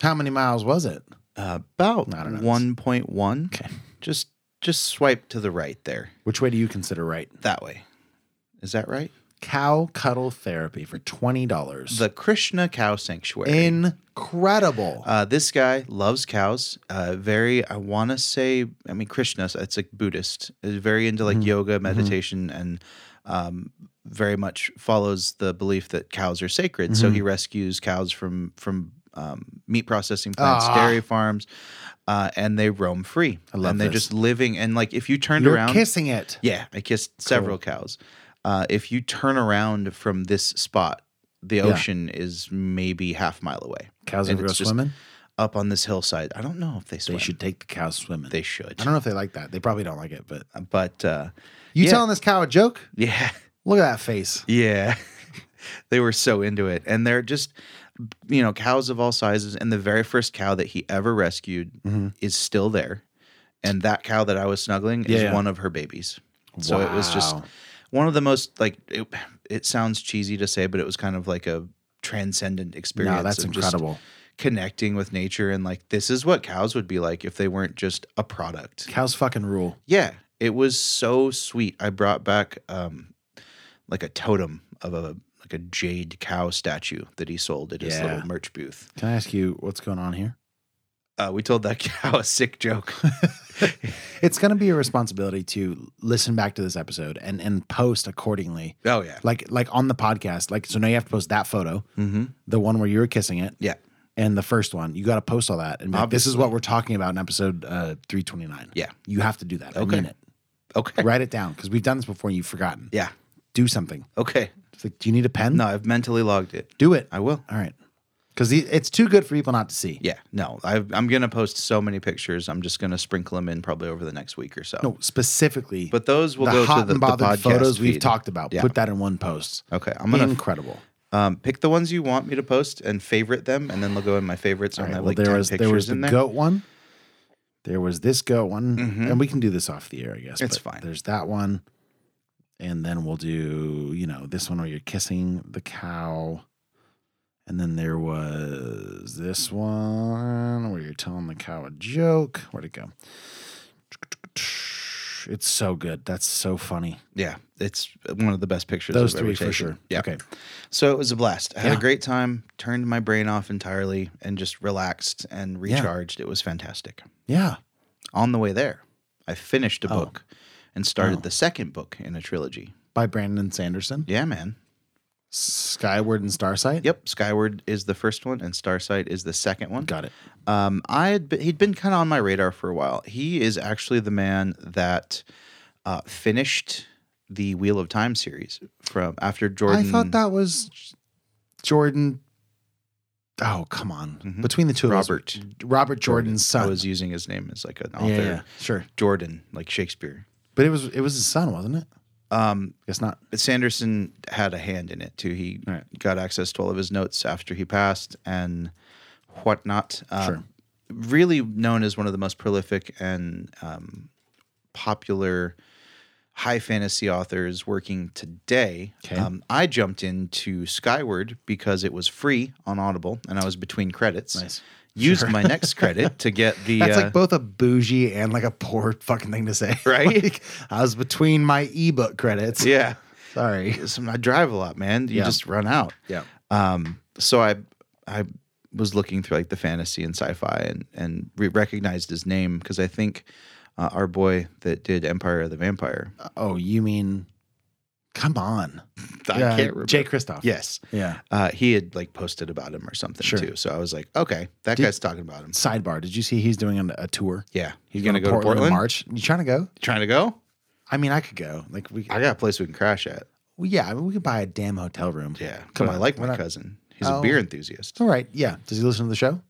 Speaker 2: How many miles was it?
Speaker 1: about
Speaker 2: I don't know.
Speaker 1: 1.1.
Speaker 2: Okay.
Speaker 1: Just just swipe to the right there.
Speaker 2: Which way do you consider right?
Speaker 1: That way. Is that right?
Speaker 2: Cow cuddle therapy for twenty dollars.
Speaker 1: The Krishna Cow Sanctuary.
Speaker 2: Incredible.
Speaker 1: Uh, this guy loves cows. Uh, very, I want to say, I mean, Krishna. so It's like Buddhist. Is very into
Speaker 2: Mm-hmm.
Speaker 1: like yoga, meditation, and um, very much follows the belief that cows are sacred. So
Speaker 2: Mm-hmm.
Speaker 1: he rescues cows from from um, meat processing plants,
Speaker 2: Ah.
Speaker 1: dairy farms, uh, and they roam free. I
Speaker 2: love
Speaker 1: And they're
Speaker 2: this.
Speaker 1: just living. And like, if you turned
Speaker 2: You're
Speaker 1: around,
Speaker 2: kissing it.
Speaker 1: yeah, I kissed several cows. Uh, if you turn around from this spot, the ocean is maybe half mile away.
Speaker 2: Cows
Speaker 1: And
Speaker 2: ever go
Speaker 1: it's just
Speaker 2: swimming?
Speaker 1: Up on this hillside. I don't know if they
Speaker 2: They
Speaker 1: swim.
Speaker 2: should take the cows swimming.
Speaker 1: They should.
Speaker 2: I don't know if they like that. They probably don't like it, but
Speaker 1: But uh,
Speaker 2: you
Speaker 1: Yeah.
Speaker 2: telling this cow a joke?
Speaker 1: yeah,
Speaker 2: Look at that face.
Speaker 1: yeah, they were so into it, and they're just, you know, cows of all sizes. And the very first cow that he ever rescued is still there, and that cow that I was snuggling is
Speaker 2: Yeah.
Speaker 1: one of her babies. So it was just
Speaker 2: Wow.
Speaker 1: one of the most like it, it sounds cheesy to say, but it was kind of like a transcendent experience.
Speaker 2: No, that's
Speaker 1: of just
Speaker 2: incredible.
Speaker 1: Connecting with nature and like this is what cows would be like if they weren't just a product.
Speaker 2: Cows fucking rule.
Speaker 1: Yeah, it was so sweet. I brought back um like a totem of a like a jade cow statue that he sold at his
Speaker 2: Yeah.
Speaker 1: little merch booth.
Speaker 2: Can I ask you what's going on here?
Speaker 1: Uh, we told that cow a sick joke.
Speaker 2: It's going to be a responsibility to listen back to this episode and and post accordingly.
Speaker 1: oh yeah,
Speaker 2: Like like on the podcast. Like so now you have to post that photo, mm-hmm. the one where you were kissing it,
Speaker 1: yeah,
Speaker 2: and the first one. You got to post all that. And be like, this is what we're talking about in episode uh, three twenty nine.
Speaker 1: Yeah.
Speaker 2: you have to do that. I
Speaker 1: Okay.
Speaker 2: mean it.
Speaker 1: okay,
Speaker 2: Write it down because we've done this before. and You've forgotten.
Speaker 1: yeah,
Speaker 2: Do something.
Speaker 1: okay.
Speaker 2: It's like, do you need a pen?
Speaker 1: No, I've mentally logged it.
Speaker 2: Do it.
Speaker 1: I will.
Speaker 2: All right. Because it's too good for people not to see.
Speaker 1: Yeah, no, i I'm gonna post so many pictures. I'm just gonna sprinkle them in probably over the next week or so.
Speaker 2: No, specifically.
Speaker 1: But those will
Speaker 2: the
Speaker 1: go to
Speaker 2: hot
Speaker 1: the-
Speaker 2: and
Speaker 1: the
Speaker 2: bothered
Speaker 1: podcast
Speaker 2: photos we've
Speaker 1: feed.
Speaker 2: talked about.
Speaker 1: Yeah.
Speaker 2: Put that in one post.
Speaker 1: Okay, I'm gonna
Speaker 2: incredible.
Speaker 1: um, pick the ones you want me to post and favorite them, and then they'll go in my favorites.
Speaker 2: All
Speaker 1: and
Speaker 2: right.
Speaker 1: I
Speaker 2: Well,
Speaker 1: have like
Speaker 2: there
Speaker 1: 10
Speaker 2: was
Speaker 1: pictures
Speaker 2: there was the
Speaker 1: in there. Mm-hmm.
Speaker 2: goat one. There was this goat one, and we can do this off the air, I guess.
Speaker 1: It's
Speaker 2: but
Speaker 1: fine.
Speaker 2: There's that one, and then we'll do you know this one where you're kissing the cow, and then there was this one where you're telling the cow a joke. Where'd it go? It's so good. That's so funny.
Speaker 1: Yeah, it's one of the best pictures.
Speaker 2: Those
Speaker 1: I've ever
Speaker 2: three for
Speaker 1: taken.
Speaker 2: sure.
Speaker 1: Yeah.
Speaker 2: Okay.
Speaker 1: So it was a blast. I had
Speaker 2: Yeah.
Speaker 1: a great time. Turned my brain off entirely and just relaxed and recharged. It was fantastic.
Speaker 2: Yeah.
Speaker 1: On the way there, I finished a
Speaker 2: Oh.
Speaker 1: book and started the second book in a trilogy.
Speaker 2: By Brandon Sanderson.
Speaker 1: Yeah, man.
Speaker 2: Skyward and Starsight.
Speaker 1: Yep. Skyward is the first one, and Starsight is the second one.
Speaker 2: Got it.
Speaker 1: Um, I had been, he'd been kind of on my radar for a while. He is actually the man that uh, finished the Wheel of Time series from after Jordan.
Speaker 2: I thought that was Jordan oh come on between the two of us,
Speaker 1: Mm-hmm. Robert.
Speaker 2: Robert Jordan's
Speaker 1: I
Speaker 2: son
Speaker 1: was using his name as like an author.
Speaker 2: yeah, yeah, sure
Speaker 1: Jordan, like Shakespeare.
Speaker 2: but it was it was his son wasn't it um guess not
Speaker 1: But Sanderson had a hand in it too. He
Speaker 2: Right.
Speaker 1: got access to all of his notes after he passed and whatnot. Um,
Speaker 2: Sure.
Speaker 1: Really known as one of the most prolific and um, popular high fantasy authors working today.
Speaker 2: Okay.
Speaker 1: Um, I jumped into Skyward because it was free on Audible and I was between credits.
Speaker 2: Nice.
Speaker 1: Used my next credit to get the.
Speaker 2: That's
Speaker 1: uh,
Speaker 2: like both a bougie and like a poor fucking thing to say,
Speaker 1: Right?
Speaker 2: Like, I was between my ebook credits.
Speaker 1: Yeah.
Speaker 2: Sorry.
Speaker 1: Some- I drive a lot, man. You
Speaker 2: Yeah.
Speaker 1: just run out.
Speaker 2: Yeah.
Speaker 1: um so i i was looking through like the fantasy and sci-fi and and re- recognized his name because i think uh, our boy that did empire of the vampire
Speaker 2: Oh, you mean? Come on.
Speaker 1: i
Speaker 2: Yeah,
Speaker 1: can't remember
Speaker 2: Jay Kristoff.
Speaker 1: yes
Speaker 2: Yeah.
Speaker 1: uh, he had like posted about him or something
Speaker 2: Sure.
Speaker 1: too so i was like okay that
Speaker 2: Did-
Speaker 1: guy's talking about him
Speaker 2: Sidebar: Did you see he's doing an, a tour?
Speaker 1: yeah
Speaker 2: He's going to go to Portland in March. You trying to go?
Speaker 1: trying to go
Speaker 2: I mean, I could go. Like we,
Speaker 1: i got a place we can crash at
Speaker 2: well, yeah, I mean, we could buy a damn hotel room.
Speaker 1: yeah
Speaker 2: come
Speaker 1: but
Speaker 2: on.
Speaker 1: i like my
Speaker 2: we're not-
Speaker 1: cousin he's
Speaker 2: Oh.
Speaker 1: a beer enthusiast
Speaker 2: All right. Yeah. Does he listen to the show?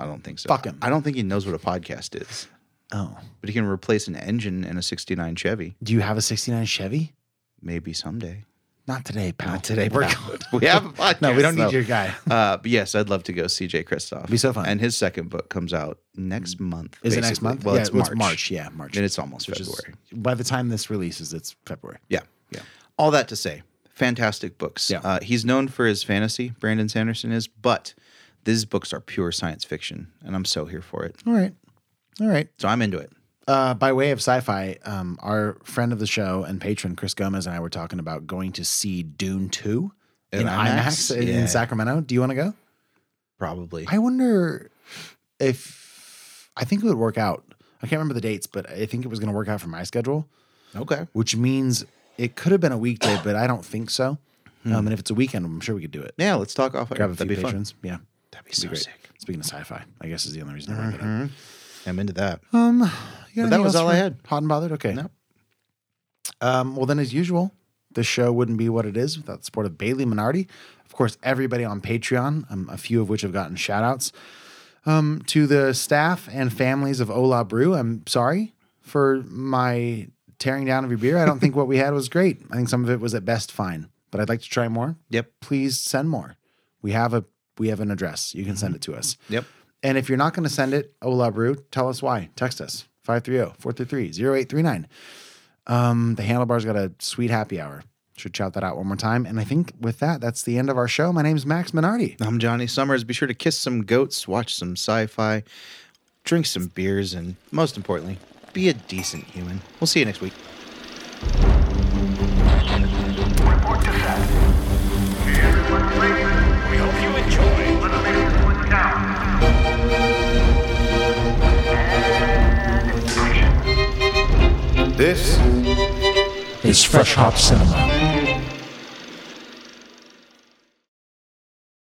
Speaker 1: i don't think so
Speaker 2: Fuck him.
Speaker 1: i don't think he knows what a podcast is
Speaker 2: Oh,
Speaker 1: but he can replace an engine and a 69 chevy
Speaker 2: do you have a '69 Chevy?
Speaker 1: maybe someday
Speaker 2: Not today, pal.
Speaker 1: Not today,
Speaker 2: We're
Speaker 1: pal.
Speaker 2: going.
Speaker 1: we have a podcast
Speaker 2: No, we don't
Speaker 1: though.
Speaker 2: need your guy.
Speaker 1: Uh, but yes, I'd love to go see Jay Kristoff.
Speaker 2: Be so fun. Mm.
Speaker 1: And his second book comes out next month.
Speaker 2: Is it next
Speaker 1: basically.
Speaker 2: month?
Speaker 1: Well,
Speaker 2: yeah,
Speaker 1: it's
Speaker 2: well,
Speaker 1: March.
Speaker 2: Yeah, March.
Speaker 1: And it's almost
Speaker 2: Which is-
Speaker 1: February.
Speaker 2: by the time this releases, it's February.
Speaker 1: Yeah. Yeah. All that to say, fantastic books.
Speaker 2: Yeah.
Speaker 1: Uh, he's known for his fantasy, Brandon Sanderson is, but these books are pure science fiction, and I'm so here for it.
Speaker 2: All right. All right.
Speaker 1: So I'm into it.
Speaker 2: Uh, by way of sci-fi, um, our friend of the show and patron Chris Gomez and I were talking about going to see Dune Two
Speaker 1: In
Speaker 2: in
Speaker 1: IMAX?
Speaker 2: IMAX, in,
Speaker 1: Yeah.
Speaker 2: in Sacramento. Do you want to go?
Speaker 1: Probably.
Speaker 2: I wonder if I think it would work out. I can't remember the dates, but I think it was going to work out for my schedule,
Speaker 1: okay.
Speaker 2: which means it could have been a weekday, but I don't think so. Um, and if it's a weekend, I'm sure we could do it.
Speaker 1: Yeah, let's talk off air.
Speaker 2: Grab a
Speaker 1: Hmm. That'd be
Speaker 2: few
Speaker 1: fun.
Speaker 2: patrons. Yeah.
Speaker 1: That'd be so
Speaker 2: great.
Speaker 1: sick. Mm-hmm.
Speaker 2: Speaking of sci-fi, I guess is the only reason I brought it up.
Speaker 1: I'm into that.
Speaker 2: Um, You
Speaker 1: But
Speaker 2: got
Speaker 1: that
Speaker 2: anything
Speaker 1: was
Speaker 2: else
Speaker 1: all I
Speaker 2: for
Speaker 1: had.
Speaker 2: Hot and bothered. Okay.
Speaker 1: No.
Speaker 2: Um, well, then, as usual, the show wouldn't be what it is without the support of Bailey Minardi. Of course, everybody on Patreon, um, a few of which have gotten shout outs. Um, to the staff and families of Ola Brew, I'm sorry for my tearing down of your beer. I don't think what we had was great. I think some of it was at best fine, but I'd like to try more.
Speaker 1: Yep.
Speaker 2: Please send more. We have a we have an address. You can send it to us.
Speaker 1: Yep.
Speaker 2: And if you're not going to send it, Ola Brew, tell us why. Text us oh, 530-433-0839. Um, the handlebar's got a sweet happy hour. Should shout that out one more time. And I think with that, that's the end of our show. My name's Max Minardi.
Speaker 1: I'm Johnny Summers. Be sure to kiss some goats, watch some sci fi, drink some beers, and most importantly, be a decent human. We'll see you next week.
Speaker 4: Report to set. Hey, everyone, please. We hope you enjoy. Let's make this one count. And action.
Speaker 5: This
Speaker 6: is Fresh Hop Cinema.